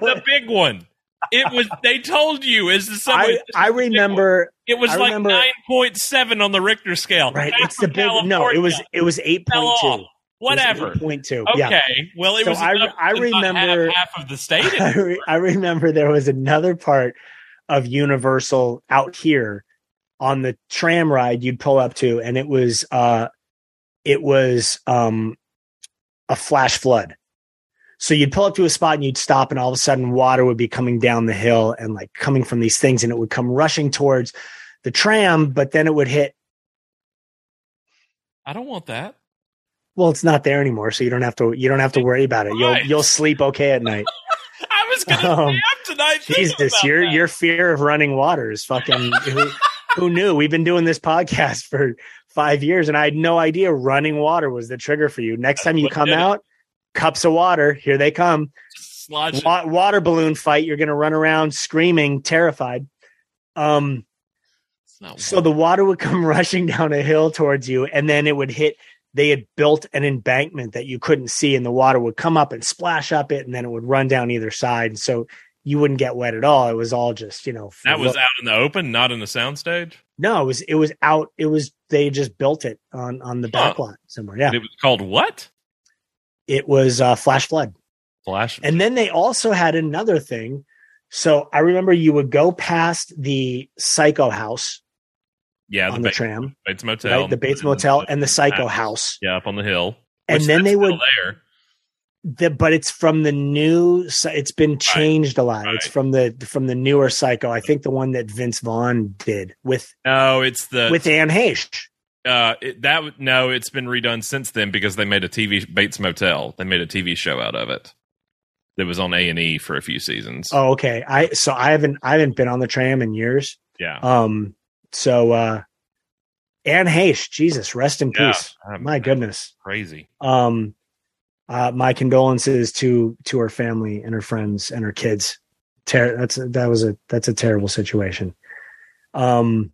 was the big one. It was. They told you as the subway. I, I remember it was I like remember- nine point seven on the Richter scale. right. Back It's the from big no. It California. was it was eight Fell point off. two. whatever. Point two. Okay. Yeah. Well, it So was. I- enough I to not have remember- half of the state. I, in it. re- I remember there was another part of Universal out here on the tram ride you'd pull up to, and it was uh, it was um, a flash flood. So you'd pull up to a spot and you'd stop, and all of a sudden, water would be coming down the hill and like coming from these things, and it would come rushing towards the tram, but then it would hit I don't want that. Well, it's not there anymore, so you don't have to you don't have to worry about it. You'll Right. you'll sleep okay at night. I was gonna Um, stay up tonight. thinking Jesus, about your that. your fear of running water is fucking who, who knew? We've been doing this podcast for 5 years and I had no idea running water was the trigger for you. Next time you what come did it. out, cups of water, here they come. Sludge. Wa- water balloon fight, you're going to run around screaming, terrified. Um It's not So the water would come rushing down a hill towards you, and then it would hit. They had built an embankment that you couldn't see, and the water would come up and splash up it, and then it would run down either side. And so you wouldn't get wet at all. It was all just, you know, that was float. out in the open, not in the soundstage. no, it was it was out. It was they just built it on on the back Huh. lot somewhere. Yeah, It was called what? it was uh, flash flood. Flash. And then they also had another thing. So I remember you would go past the Psycho House yeah, the, on the Bates, tram, Bates Motel, right? The Bates Motel and the Psycho House. Yeah, up on the hill. And Which then that's they would still there. the, but it's from the new so it's been changed a lot it's right. from the from the newer psycho i think the one that vince vaughn did with No, it's the with anne heche uh it, that w- no, it's been redone since then because they made a TV Bates Motel. They made a TV show out of it. That was on A and E for a few seasons. oh okay i so i haven't i haven't been on the tram in years yeah, um so uh Um, Anne Heche, Jesus, rest in Yeah. peace. Um, oh, My goodness. crazy. Um, uh, my condolences to to her family and her friends and her kids. Ter- that's that was a that's a terrible situation. Um.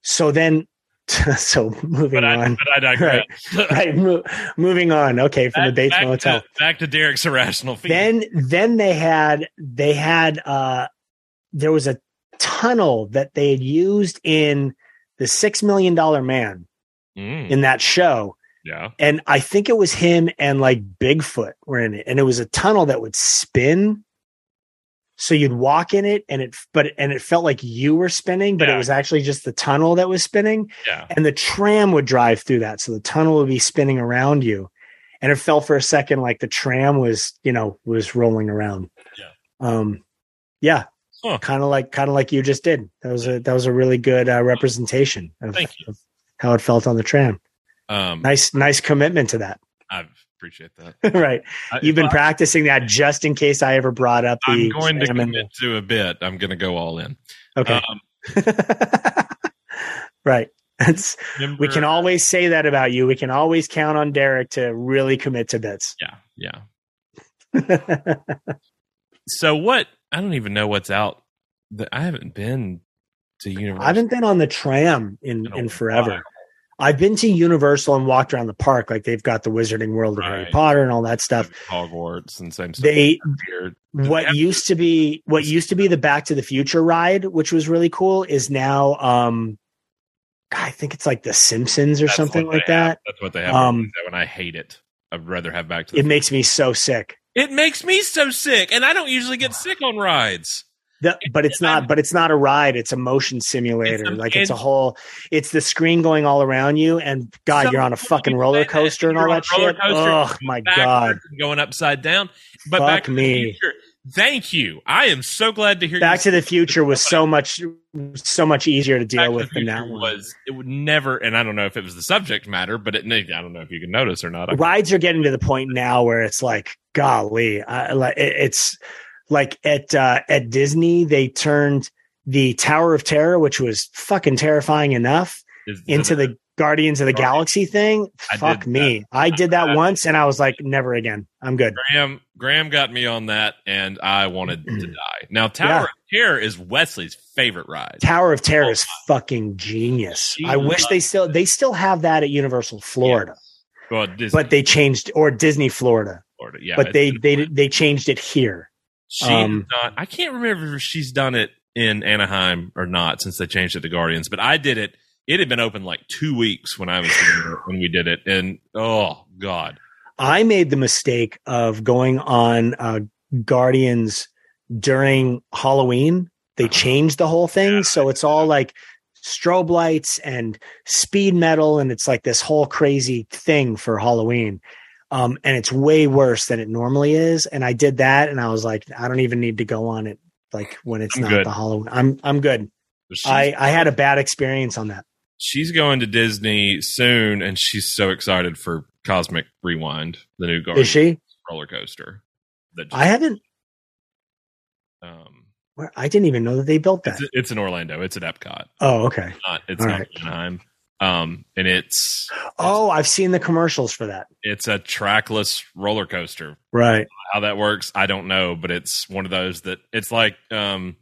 So then, so moving But I, on. but I digress. right, mo- moving on. Okay, from the Back- Bates back Motel. To, back to Derek's irrational fear. then then they had they had uh there was a tunnel that they had used in the six million dollar man Mm, in that show yeah. and i think it was him and like bigfoot were in it and it was a tunnel that would spin so you'd walk in it and it but and it felt like you were spinning but Yeah. it was actually just the tunnel that was spinning Yeah. and the tram would drive through that so the tunnel would be spinning around you and it felt for a second like the tram was you know was rolling around Yeah. um yeah Huh. kind of like kind of like you just did that was a that was a really good uh, representation of, Thank you. of how it felt on the tram Um, nice nice commitment to that I appreciate that. right I- you've been practicing that just in case i ever brought up the I'm going to tram and- commit to a bit. I'm going to go all in. okay Um, Oh. right that's we Um, remember- can always say that about you we can always count on derek to really commit to bits Yeah. Yeah. So what? I don't even know what's out. The, I haven't been to Universal. I haven't been on the tram in in a in while. forever. I've been to Universal and walked around the park, like they've got the Wizarding World of Harry Right. Potter and all that stuff. Hogwarts and same stuff. They Weird. what used to be what used to be the Back to the Future ride, which was really cool, is now um, I think it's like the Simpsons or That's something what they like have. that. That's what they have. Um, when I hate it, I'd rather have Back to the. It makes me so sick. it makes me so sick, and I don't usually get sick on rides. The, but it's not. But it's not a ride. It's a motion simulator. um, It's a- like it's a it's- whole. It's the screen going all around you, and God, So you're on a fucking you roller say that, coaster and all you're on that a roller shit. coaster, Oh my God. Backwards and going upside down. But Fuck back to the me. future, thank you. I am so glad to hear. Back you to the Future was so much so much easier to say Back deal to the with than Future that one. was. It would never, and I don't know if it was the subject matter, but it. I don't know if you can notice or not. I mean, Rides are getting to the point now where it's like, golly, I, like it- it's like at uh, at Disney they turned the Tower of Terror, which was fucking terrifying enough, is- into the Guardians of the Right. Galaxy thing. I did Fuck me, I did that once, and I was like, never again. I'm good. Graham. Graham got me on that, and I wanted to die. Now, Tower Mm-hmm. Yeah. of Terror is Wesley's favorite ride. Tower of Terror is fucking Oh genius. I Jesus. wish they still they still have that at Universal Florida, Well, Disney, but they changed or Disney Florida. Florida. yeah, but it's they been- they they changed it here. She Um, has not. I can't remember if she's done it in Anaheim or not since they changed it to Guardians. But I did it. It had been open like two weeks when I was here, when we did it, and oh god, I made the mistake of going on uh, Guardians during Halloween. They Uh-huh. changed the whole thing, Yeah, so it's all like strobe lights and speed metal, and it's like this whole crazy thing for Halloween. Um, and it's way worse than it normally is. And I did that, and I was like, I don't even need to go on it. Like when it's I'm not good. the Halloween, I'm I'm good. She's- I I had a bad experience on that. she's going to Disney soon, and she's so excited for Cosmic Rewind, the new Is Guardians she? roller coaster. That I haven't. um, where- I didn't even know that they built that. it's, it's in Orlando. It's at Epcot. Oh, okay. Not it's All not right. Anaheim. Um, and it's Oh, I've seen the commercials for that. it's a trackless roller coaster Right. how that works i don't know but it's one of those that it's like um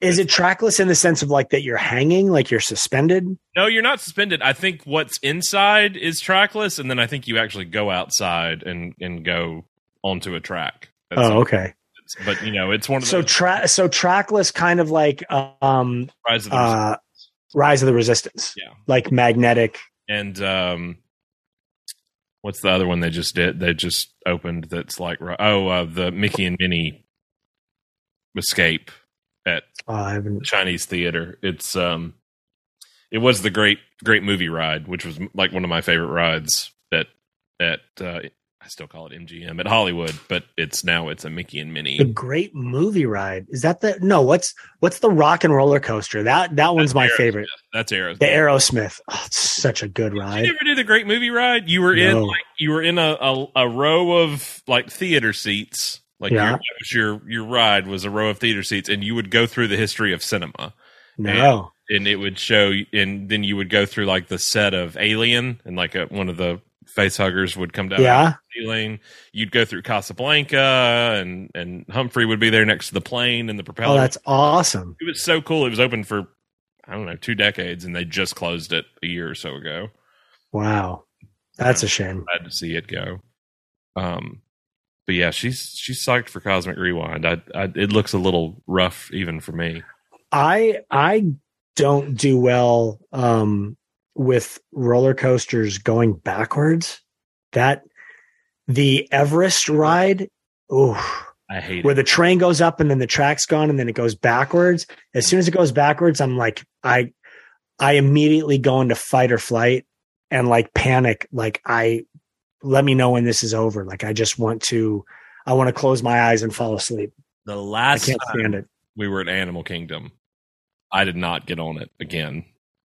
Is it trackless in the sense of like that you're hanging, like you're suspended? no you're not suspended i think what's inside is trackless and then i think you actually go outside and and go onto a track That's Oh, all okay. it is. but you know it's one of So those tra- so trackless, kind of like um, rides of the uh, Rise of the Resistance. Yeah. Like magnetic. and um what's the other one they just did they just opened that's like ri- oh uh, the mickey and minnie escape at Uh, I haven't. Chinese theater. It's um, it was the great great movie ride, which was like one of my favorite rides at at uh, I still call it MGM at Hollywood, but it's now it's a Mickey and The Minnie. Great Movie Ride is that the no? What's what's the Rock and Roller Coaster? That that one's my Aerosmith. favorite. That's Aerosmith. The Aerosmith. Oh, it's such a good Did ride. you ever do the great movie ride? You were in No. like you were in a, a a row of like theater seats. Like Yeah. your, that was your your ride was a row of theater seats, and you would go through the history of cinema. No. and it would show, and then you would go through like the set of Alien, and like a, one of the facehuggers would come down Yeah. the ceiling. You'd go through Casablanca, and and Humphrey would be there next to the plane and the propeller. Oh, that's awesome. it was so cool. It was open for I don't know two decades, and they just closed it a year or so ago. Wow. That's a shame. glad to see it go. Um, but yeah, she's she's psyched for Cosmic Rewind. I, I it looks a little rough even for me. I I don't do well um with roller coasters going backwards. That the Everest ride, ooh, I hate where it. the train goes up and then the track's gone and then it goes backwards. As soon as it goes backwards, I'm like I I immediately go into fight or flight and like panic. Like I let me know when this is over. Like I just want to I want to close my eyes and fall asleep. The I last can't stand it. we were at Animal Kingdom, I did not get on it again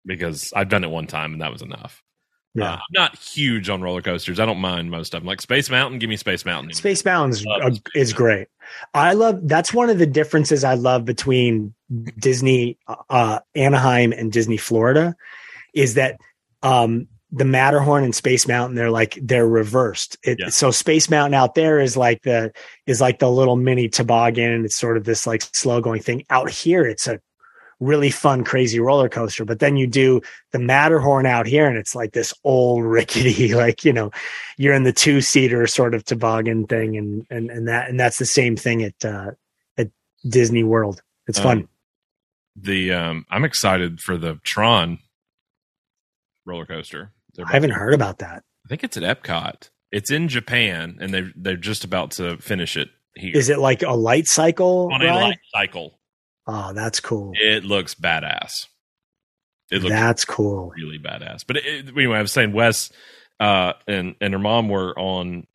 because I've done it one time and that was enough. Uh, Yeah. I'm not huge on roller coasters. I don't mind most of them. Like Space Mountain, give me Space Mountain. Space Mountains Love uh, Space is great. I love that's one of the differences I love between Disney uh, Anaheim and Disney Florida is that um, the Matterhorn and Space Mountain they're like they're reversed. It, Yeah. So Space Mountain out there is like the is like the little mini toboggan and it's sort of this like slow going thing. Out here it's a really fun crazy roller coaster. But then you do the Matterhorn out here and it's like this old rickety like you know you're in the two seater sort of toboggan thing and and and that and that's the same thing at uh at Disney World. It's fun. Um, the um, I'm excited for the Tron roller coaster. They're I haven't heard about that. I think it's at Epcot. It's in Japan, and they they're just about to finish it here Is it like a light cycle on ride? a light cycle. Oh, that's cool. It looks badass. It looks that's cool. really badass. But it, it- anyway, I was saying Wes uh, and and her mom were on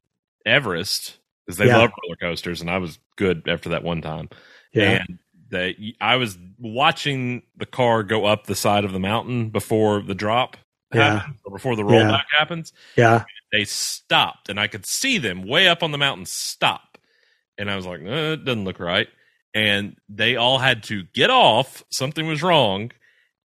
Everest because they Yeah. love roller coasters, and I was good after that one time. Yeah. And they, I was watching the car go up the side of the mountain before the drop Yeah. happens, or before the Yeah. rollback happens. yeah. they stopped and I could see them way up on the mountain stop. And I was like, uh, it doesn't look right. And they all had to get off. Something was wrong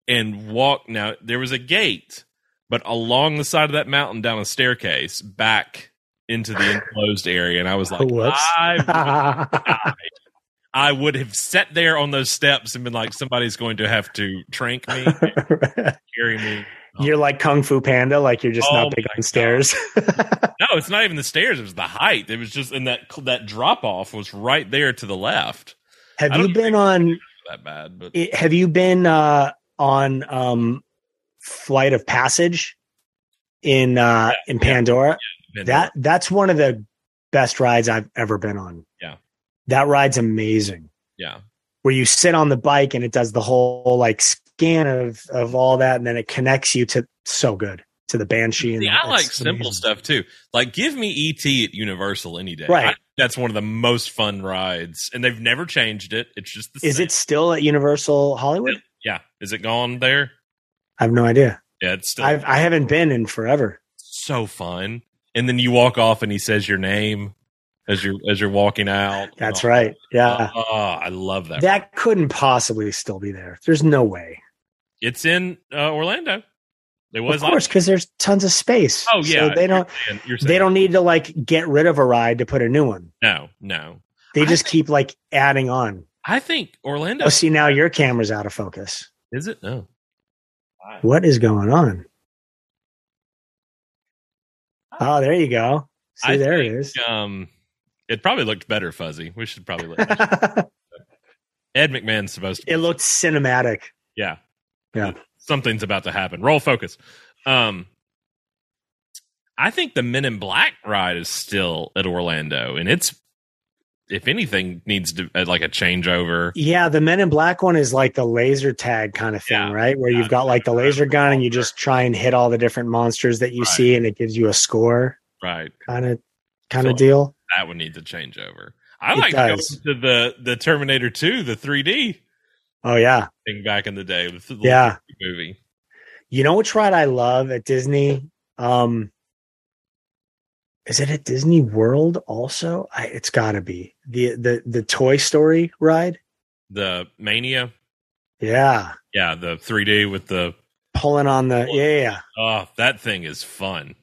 and walk. Now, there was a gate, but along the side of that mountain down a staircase back into the enclosed area. And I was like, Whoops. I, I would have sat there on those steps and been like, somebody's going to have to trank me, carry me. you're like Kung Fu Panda, like you're just Oh not big my on stairs. No, it's not even the stairs. It was the height. It was just, and that, that drop off was right there to the left. I have don't you been think- on that bad, but it- have you been uh on um Flight of Passage in uh in yeah. Pandora? been That that's one of the best rides I've ever been on. Yeah. That ride's amazing. yeah, Where you sit on the bike and it does the whole like scan of of all that and then it connects you to so good to the banshee and See, I it's like simple amazing. stuff too. Like, give me ET at Universal any day. Right. I- that's one of the most fun rides, and they've never changed it. It's just the Is same. it still at Universal Hollywood? Yeah, is it gone there? I have no idea. Yeah, it's still I've I haven't been in forever. so fun. And then you walk off, and he says your name as you're as you're walking out. That's right. Yeah. Oh, I love that. that couldn't possibly still be there. There's no way. it's in uh, Orlando. It was. Of course, because there's tons of space. Oh yeah, So they don't You're saying, you're they saying- don't need to like get rid of a ride to put a new one. No, no. I They just keep like adding on. I think Orlando Oh, see, now your camera's out of focus. is it? No. What is going on? Oh, there you go. See, I there think, it is. Um, it probably looked better fuzzy. We should probably let Ed McMahon's supposed to. it looked cinematic. yeah, Yeah. Something's about to happen. Roll focus. Um, I think the Men in Black ride is still at Orlando, and it's if anything needs to uh, like a changeover. Yeah, the Men in Black one is like the laser tag kind of thing, Yeah. right? Where Yeah. you've got like the laser gun and you just try and hit all the different monsters that you Right. see, and it gives you a score Right, kind of kind of Sure. deal. that would need to change over. I It like going does. to the the Terminator Two, the 3D Oh yeah, thing back in the day. with The little yeah. movie. You know which ride I love at Disney? Um Is it at Disney World also? I, it's got to be. The the the Toy Story ride? The Mania. Yeah. Yeah, the 3D with the Pulling on the yeah, yeah, yeah. oh, that thing is fun.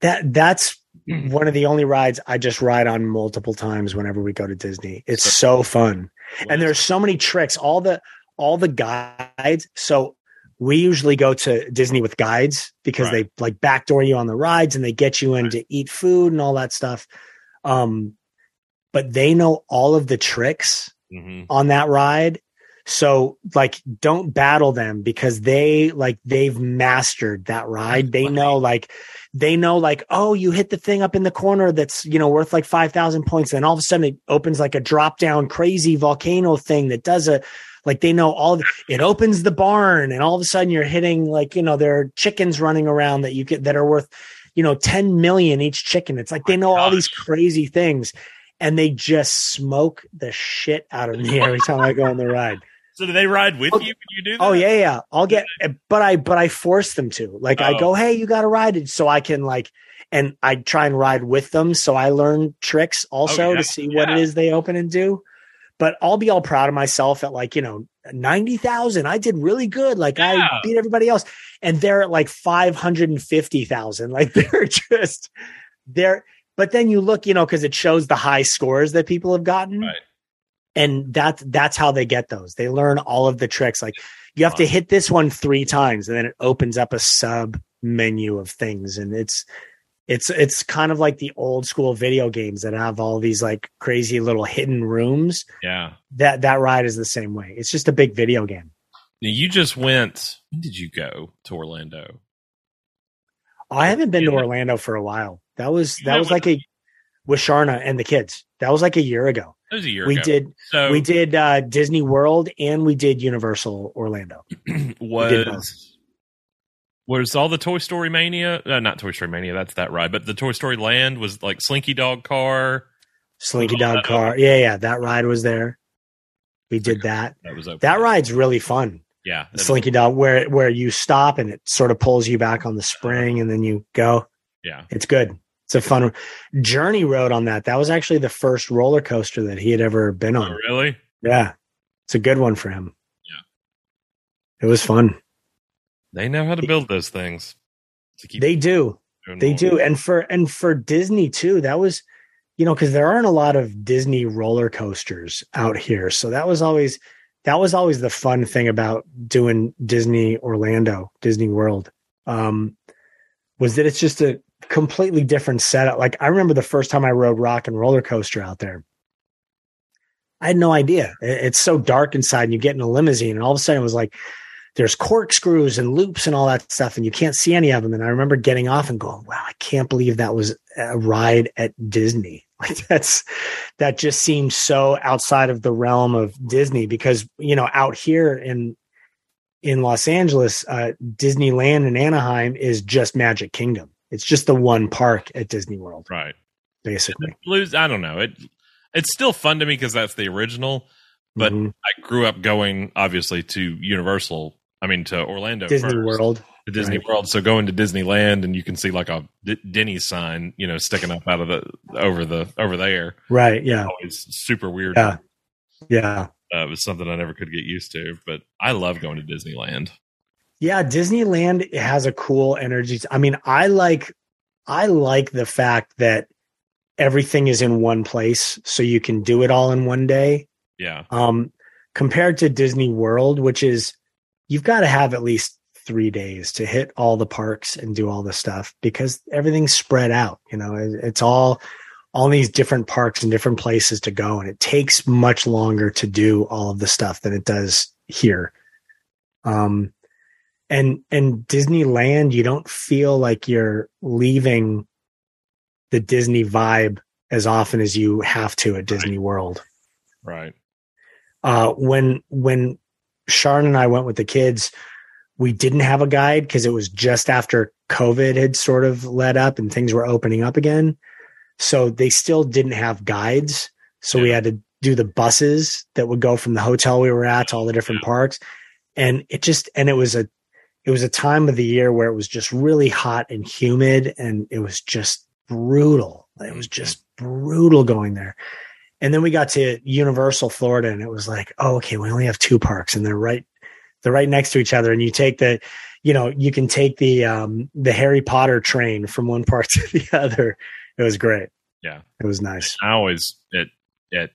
That that's one of the only rides I just ride on multiple times whenever we go to Disney. It's so fun. and there's so many tricks all the all the guides so we usually go to disney with guides because Right. they like backdoor you on the rides and they get you in to eat food and all that stuff um but they know all of the tricks Mhm. on that ride so like don't battle them because they like they've mastered that ride they know like they know like oh you hit the thing up in the corner that's you know worth like 5000 points then all of a sudden it opens like a drop down crazy volcano thing that does a like they know all of, it opens the barn and all of a sudden you're hitting like you know there are chickens running around that you get that are worth you know 10 million each chicken it's like Oh they know all these crazy things and they just smoke the shit out of me every time I go on the ride. So do they ride with Oh, you when you do that? Oh yeah, yeah. I'll get, eh, but I, but I force them to. Like I Oh. go, hey, you got to ride it, so I can like, and I try and ride with them, so I learn tricks also Oh, yeah. to see what it Yeah. is they open and do. But I'll be all proud of myself at like you know ninety thousand. I did really good. Like Yeah. I beat everybody else, and they're at like five hundred and fifty thousand. Like they're just they're. But then you look, you know, because it shows the high scores that people have gotten Right. and that's that's how they get those they learn all of the tricks like you have to Wow. hit this one three times and then it opens up a sub menu of things and it's it's it's kind of like the old school video games that have all these like crazy little hidden rooms Yeah. that that ride is the same way it's just a big video game Now, You just went. When did you go to Orlando? i haven't been to Yeah. orlando for a while that was Yeah, that was when- like a with sharna and the kids that was like a year ago That was a year we ago. did So we did uh disney world and we did universal orlando was was all the Toy Story Mania? Uh, not Toy Story Mania. That's that ride. But the Toy Story Land was like Slinky Dog Car. Slinky Oh, Dog that- Car. Yeah, yeah, that ride was there. We did that. That was open. That ride's really fun. Yeah. The Slinky Dog, where where you stop and it sort of pulls you back on the spring, and then you go. Yeah. It's good. It's a fun journey road on that. That was actually the first roller coaster that he had ever been Oh, on. really? Yeah, it's a good one for him. Yeah, it was fun. They know how to build those things. To keep They do. doing They more. do, and for and for Disney too. That was, you know, because there aren't a lot of Disney roller coasters out here, so that was always that was always the fun thing about doing Disney Orlando, Disney World, um, was that it's just a completely different setup. Like I remember the first time I rode Rock and Roller Coaster out there. I had no idea. I- It's so dark inside, and you get in a limousine, and all of a sudden it was like there's corkscrews and loops and all that stuff, and you can't see any of them. And I remember getting off and going, "Wow, I can't believe that was a ride at Disney." Like that's that just seems so outside of the realm of Disney because you know out here in in Los Angeles, uh, Disneyland in Anaheim is just Magic Kingdom. It's just the one park at Disney World, right. basically. Blues. I don't know. It it's still fun to me because that's the original. But Mhm. I grew up going obviously to Universal. I mean to Orlando, Disney first, World, to Disney right. World. So going to Disneyland and you can see like a D- Denny's sign, you know, sticking up out of the over the over there. right? Yeah, Always super weird. Yeah. yeah. Uh, it was something I never could get used to. But I love going to Disneyland. Yeah, Disneyland has a cool energy. I mean, I like I like the fact that everything is in one place so you can do it all in one day. Yeah, Um compared to Disney World, which is you've got to have at least 3 days to hit all the parks and do all the stuff because everything's spread out, you know. It- It's all all these different parks and different places to go and it takes much longer to do all of the stuff than it does here. Um and and Disneyland, you don't feel like you're leaving the Disney vibe as often as you have to at Disney World. right. Uh, when when Sharon and I went with the kids, we didn't have a guide because it was just after COVID had sort of let up and things were opening up again. So they still didn't have guides. So we Yeah. had to do the buses that would go from the hotel we were at to all the different parks. And it just and it was a it was a time of the year where it was just really hot and humid and it was just brutal. It was just brutal going there. And then we got to Universal Florida and it was like, oh, okay, we only have two parks and they're right They're right next to each other, and you take the, you know, you can take the um the Harry Potter train from one part to the other. It was great. Yeah. it was nice. I always at at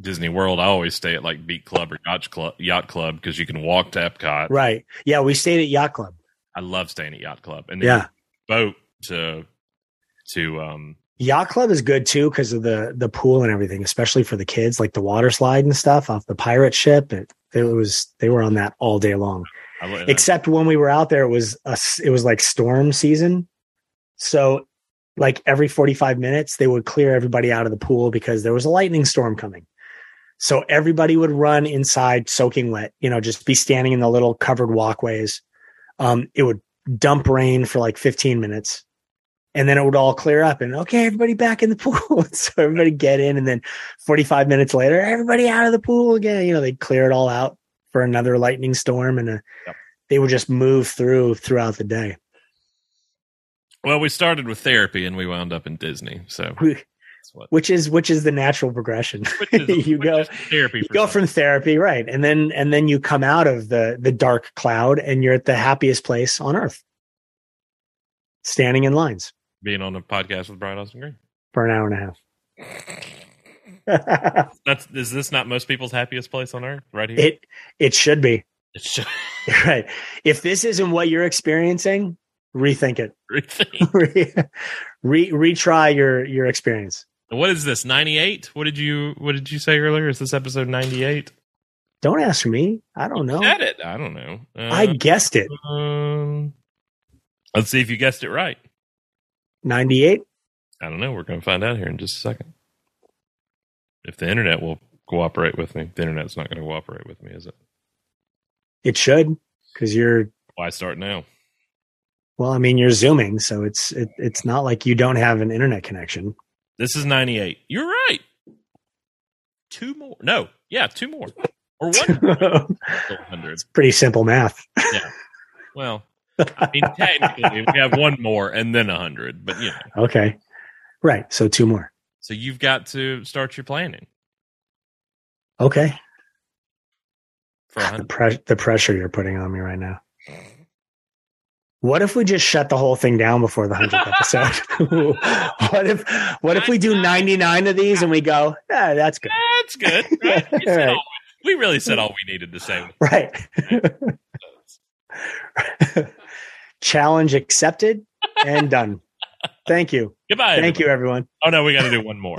Disney World. I always stay at like Beat Club or Yacht Club, Yacht Club, because you can walk to Epcot. Right? Yeah, we stayed at Yacht Club. I love staying at Yacht Club, and then Yeah, boat to to um Yacht Club is good too because of the the pool and everything, especially for the kids, like the water slide and stuff off the pirate ship. It, it was they were on that all day long. I, lo- except when we were out there it was a, s- it was like storm season so like every 45 minutes they would clear everybody out of the pool because there was a lightning storm coming so everybody would run inside soaking wet you know just be standing in the little covered walkways um it would dump rain for like 15 minutes and then it would all clear up and okay everybody back in the pool so everybody get in and then 45 minutes later everybody out of the pool again you know they'd clear it all out for another lightning storm and a they would just move through throughout the day. uh, well, we started with therapy and we wound up in Disney. So Wh- that's what Which is which is the natural progression. which is- You which go- is therapy. You for go some- from therapy, right, and then and then you come out of the the dark cloud, and you're at the happiest place on earth, standing in lines being on a podcast with Brian Austin Green. for an hour and a half. That's is this not most people's happiest place on earth? Right here. it it should be It's just right. If this isn't what you're experiencing, rethink it. everything. Re, re retry your your experience. what is this? Ninety eight? What did you What did you say earlier? Is this episode ninety eight? Don't ask me. I don't know. At it? I don't know. I guessed it. Um, let's see if you guessed it right. Ninety eight. I don't know. We're going to find out here in just a second. If the internet will cooperate with me, the internet's not going to cooperate with me, is it? It should because you're Why start now? Well, I mean, you're zooming, so it's it, it's not like you don't have an internet connection. This is 98. You're right. Two more. No. Yeah, two more. Or one more it's till 100. pretty simple math. Well, I mean, technically, we have one more and then 100, but you know. Okay, right. So two more. So you've got to start your planning Okay, for the 100. press the pressure you're putting on me right now. What if we just shut the whole thing down before the hundredth episode? what if what if we do ninety nine of these and we go? Yeah, that's good. That's good. Right? We, said Right. all- we really said all we needed to say. Right. Challenge accepted and done. Thank you. Goodbye. Thank you, everyone. Oh, no, we got to do one more.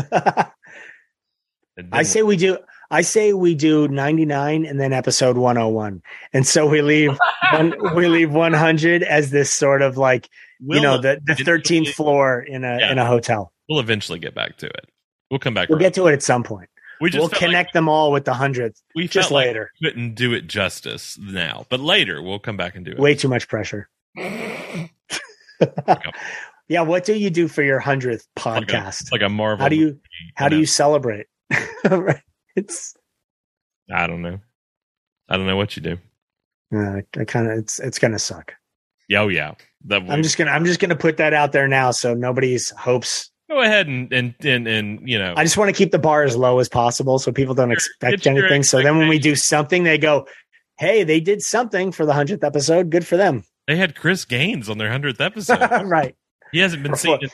And then I say we do. I say we do 99 and then episode 101. And so we leave one, we leave 100 as this sort of like, you We'll- know, the, the 13th floor in a Yeah. in a hotel. We'll eventually get back to it. We'll come back. We'll around. get to it at some point. we just We'll felt connect them all with the 100th Like we just felt like later. we couldn't do it justice now, but later we'll come back and do it. Way too much pressure. yeah, what do you do for your 100th like a, podcast? it's like a Marvel. how do you movie, how do know? you celebrate? Right. it's I don't know. I don't know what you do. uh, I kind of it's it's going to suck. Yeah, oh yeah. That I'm just going to I'm just going to put that out there now so nobody's hopes go ahead and and and, and you know. I just want to keep the bar as low as possible so people don't Sure. expect It's your anything. So then when we do something, they go, Hey, they did something for the 100th episode. Good for them. they had Chris Gaines on their hundredth episode. right. he hasn't been seen. in-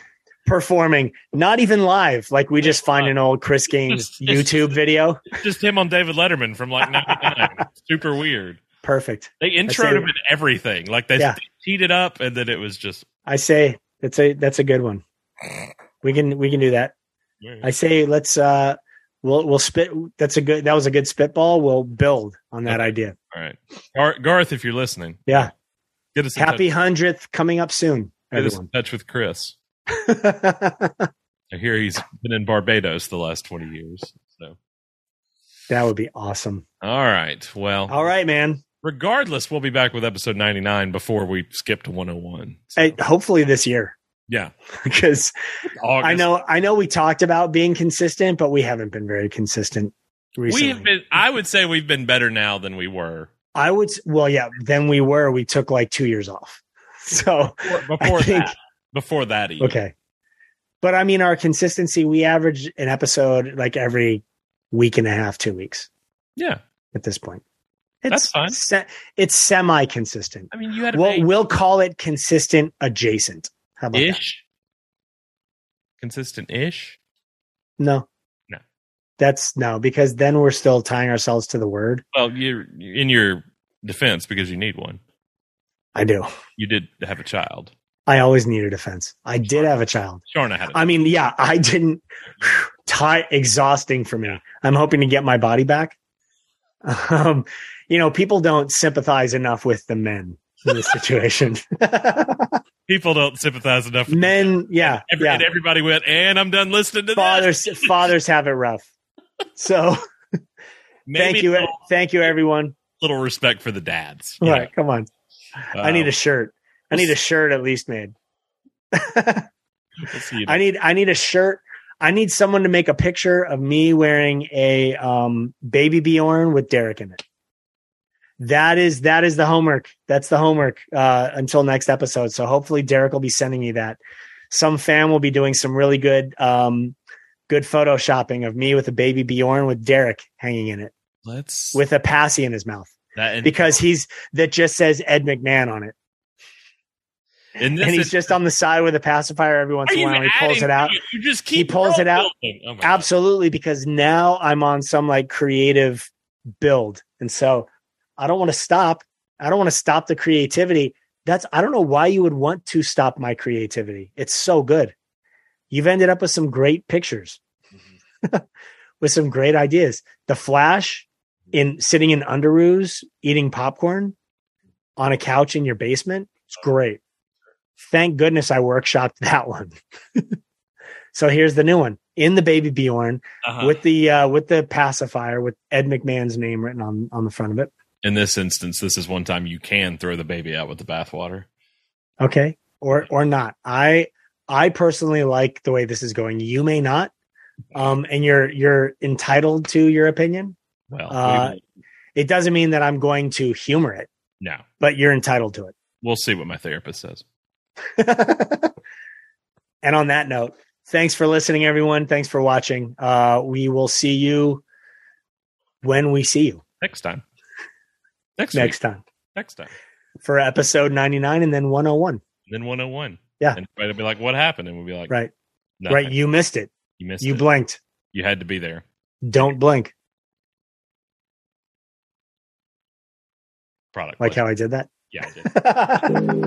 Performing, not even live. Like we just find an old Chris Gaines Just- YouTube video. Just him on David Letterman from like '99. Super weird. Perfect. They introed say- him in everything. Like they Yeah. teed it up, and then it was just. I say that's a, that's a good one. We can, we can do that. I say, let's, uh, we'll, we'll spit. That's a good, that was a good spitball. We'll build on that Okay. idea. All right, Gar- Garth, if you're listening, Yeah. get us in touch- Happy 100th coming up soon, get us in everyone. touch with Chris. I hear he's been in Barbados the last 20 years. So, that would be awesome. all right. Well, All right, man. regardless, we'll be back with episode 99 before we skip to 101. So, Hey, hopefully this year, yeah. because August. I know I know we talked about being consistent, but we haven't been very consistent recently. We have been, I would say we've been better now than we were I would s- well, yeah. Then we were. We took like two years off. So before, I before think that. Before that, even. okay, but I mean our consistency. We average an episode like every week and a half, two weeks Yeah. at this point. That's It's fine. Se- it's semi consistent. I mean, you had to Well, pay we'll call it consistent adjacent. How about that? ish, consistent ish. No. No. That's no, because then we're still tying ourselves to the word. Well, you're in your defense because you need one. I do. You did have a child. I always need a defense. I did have a child. Sharna had a I mean, yeah, I didn't tie exhausting for me. I'm hoping to get my body back. Um, you know, people don't sympathize enough with the men in this situation. People don't sympathize enough. with men, yeah, Every, yeah. And everybody went, and I'm done listening to this. fathers fathers have it rough. So Maybe thank you, A thank you, everyone. little respect for the dads. Uh, All right, come on. I need a shirt. I need a shirt at least made. I need I need a shirt. I need someone to make a picture of me wearing a um, baby Bjorn with Derek in it. That is that is the homework. That's the homework uh, until next episode. So hopefully Derek will be sending me that. Some fan will be doing some really good um, good photoshopping of me with a baby Bjorn with Derek hanging in it Let's with a passy in his mouth that in, because he's that just says Ed McMahon on it in this and he's just on the side with a pacifier every once Are in a you while and he pulls adding it out. to You just keep He pulls it out. building. Oh my God. Absolutely, because now I'm on some like creative build. And so I don't want to stop. I don't want to stop the creativity. That's, I don't know why you would want to stop my creativity. It's so good. You've ended up with some great pictures, with some great ideas. The Flash in sitting in underoos, eating popcorn on a couch in your basement. It's great. Thank goodness I workshopped that one. so here's the new one in the baby Bjorn Uh-huh. with the uh, with the pacifier with Ed McMahon's name written on on the front of it. in this instance, this is one time you can throw the baby out with the bathwater. Okay, or or not. I I personally like the way this is going. You may not, um, and you're you're entitled to your opinion. Well, Uh, we will- It doesn't mean that I'm going to humor it, no, but you're entitled to we'll see what my therapist it. says. and on that note, thanks for listening, everyone. Thanks for watching. Uh, we will see you when we see you Next time. next Next, next. time Next time. for episode 99 and then 101. And then 101. Yeah. And everybody will be like, what happened? And we'll be like, Right. nothing. Right. You missed it. You missed You it. blinked. you had to be there. Don't blink. Product. Like placement. how I did that. Yeah, I did.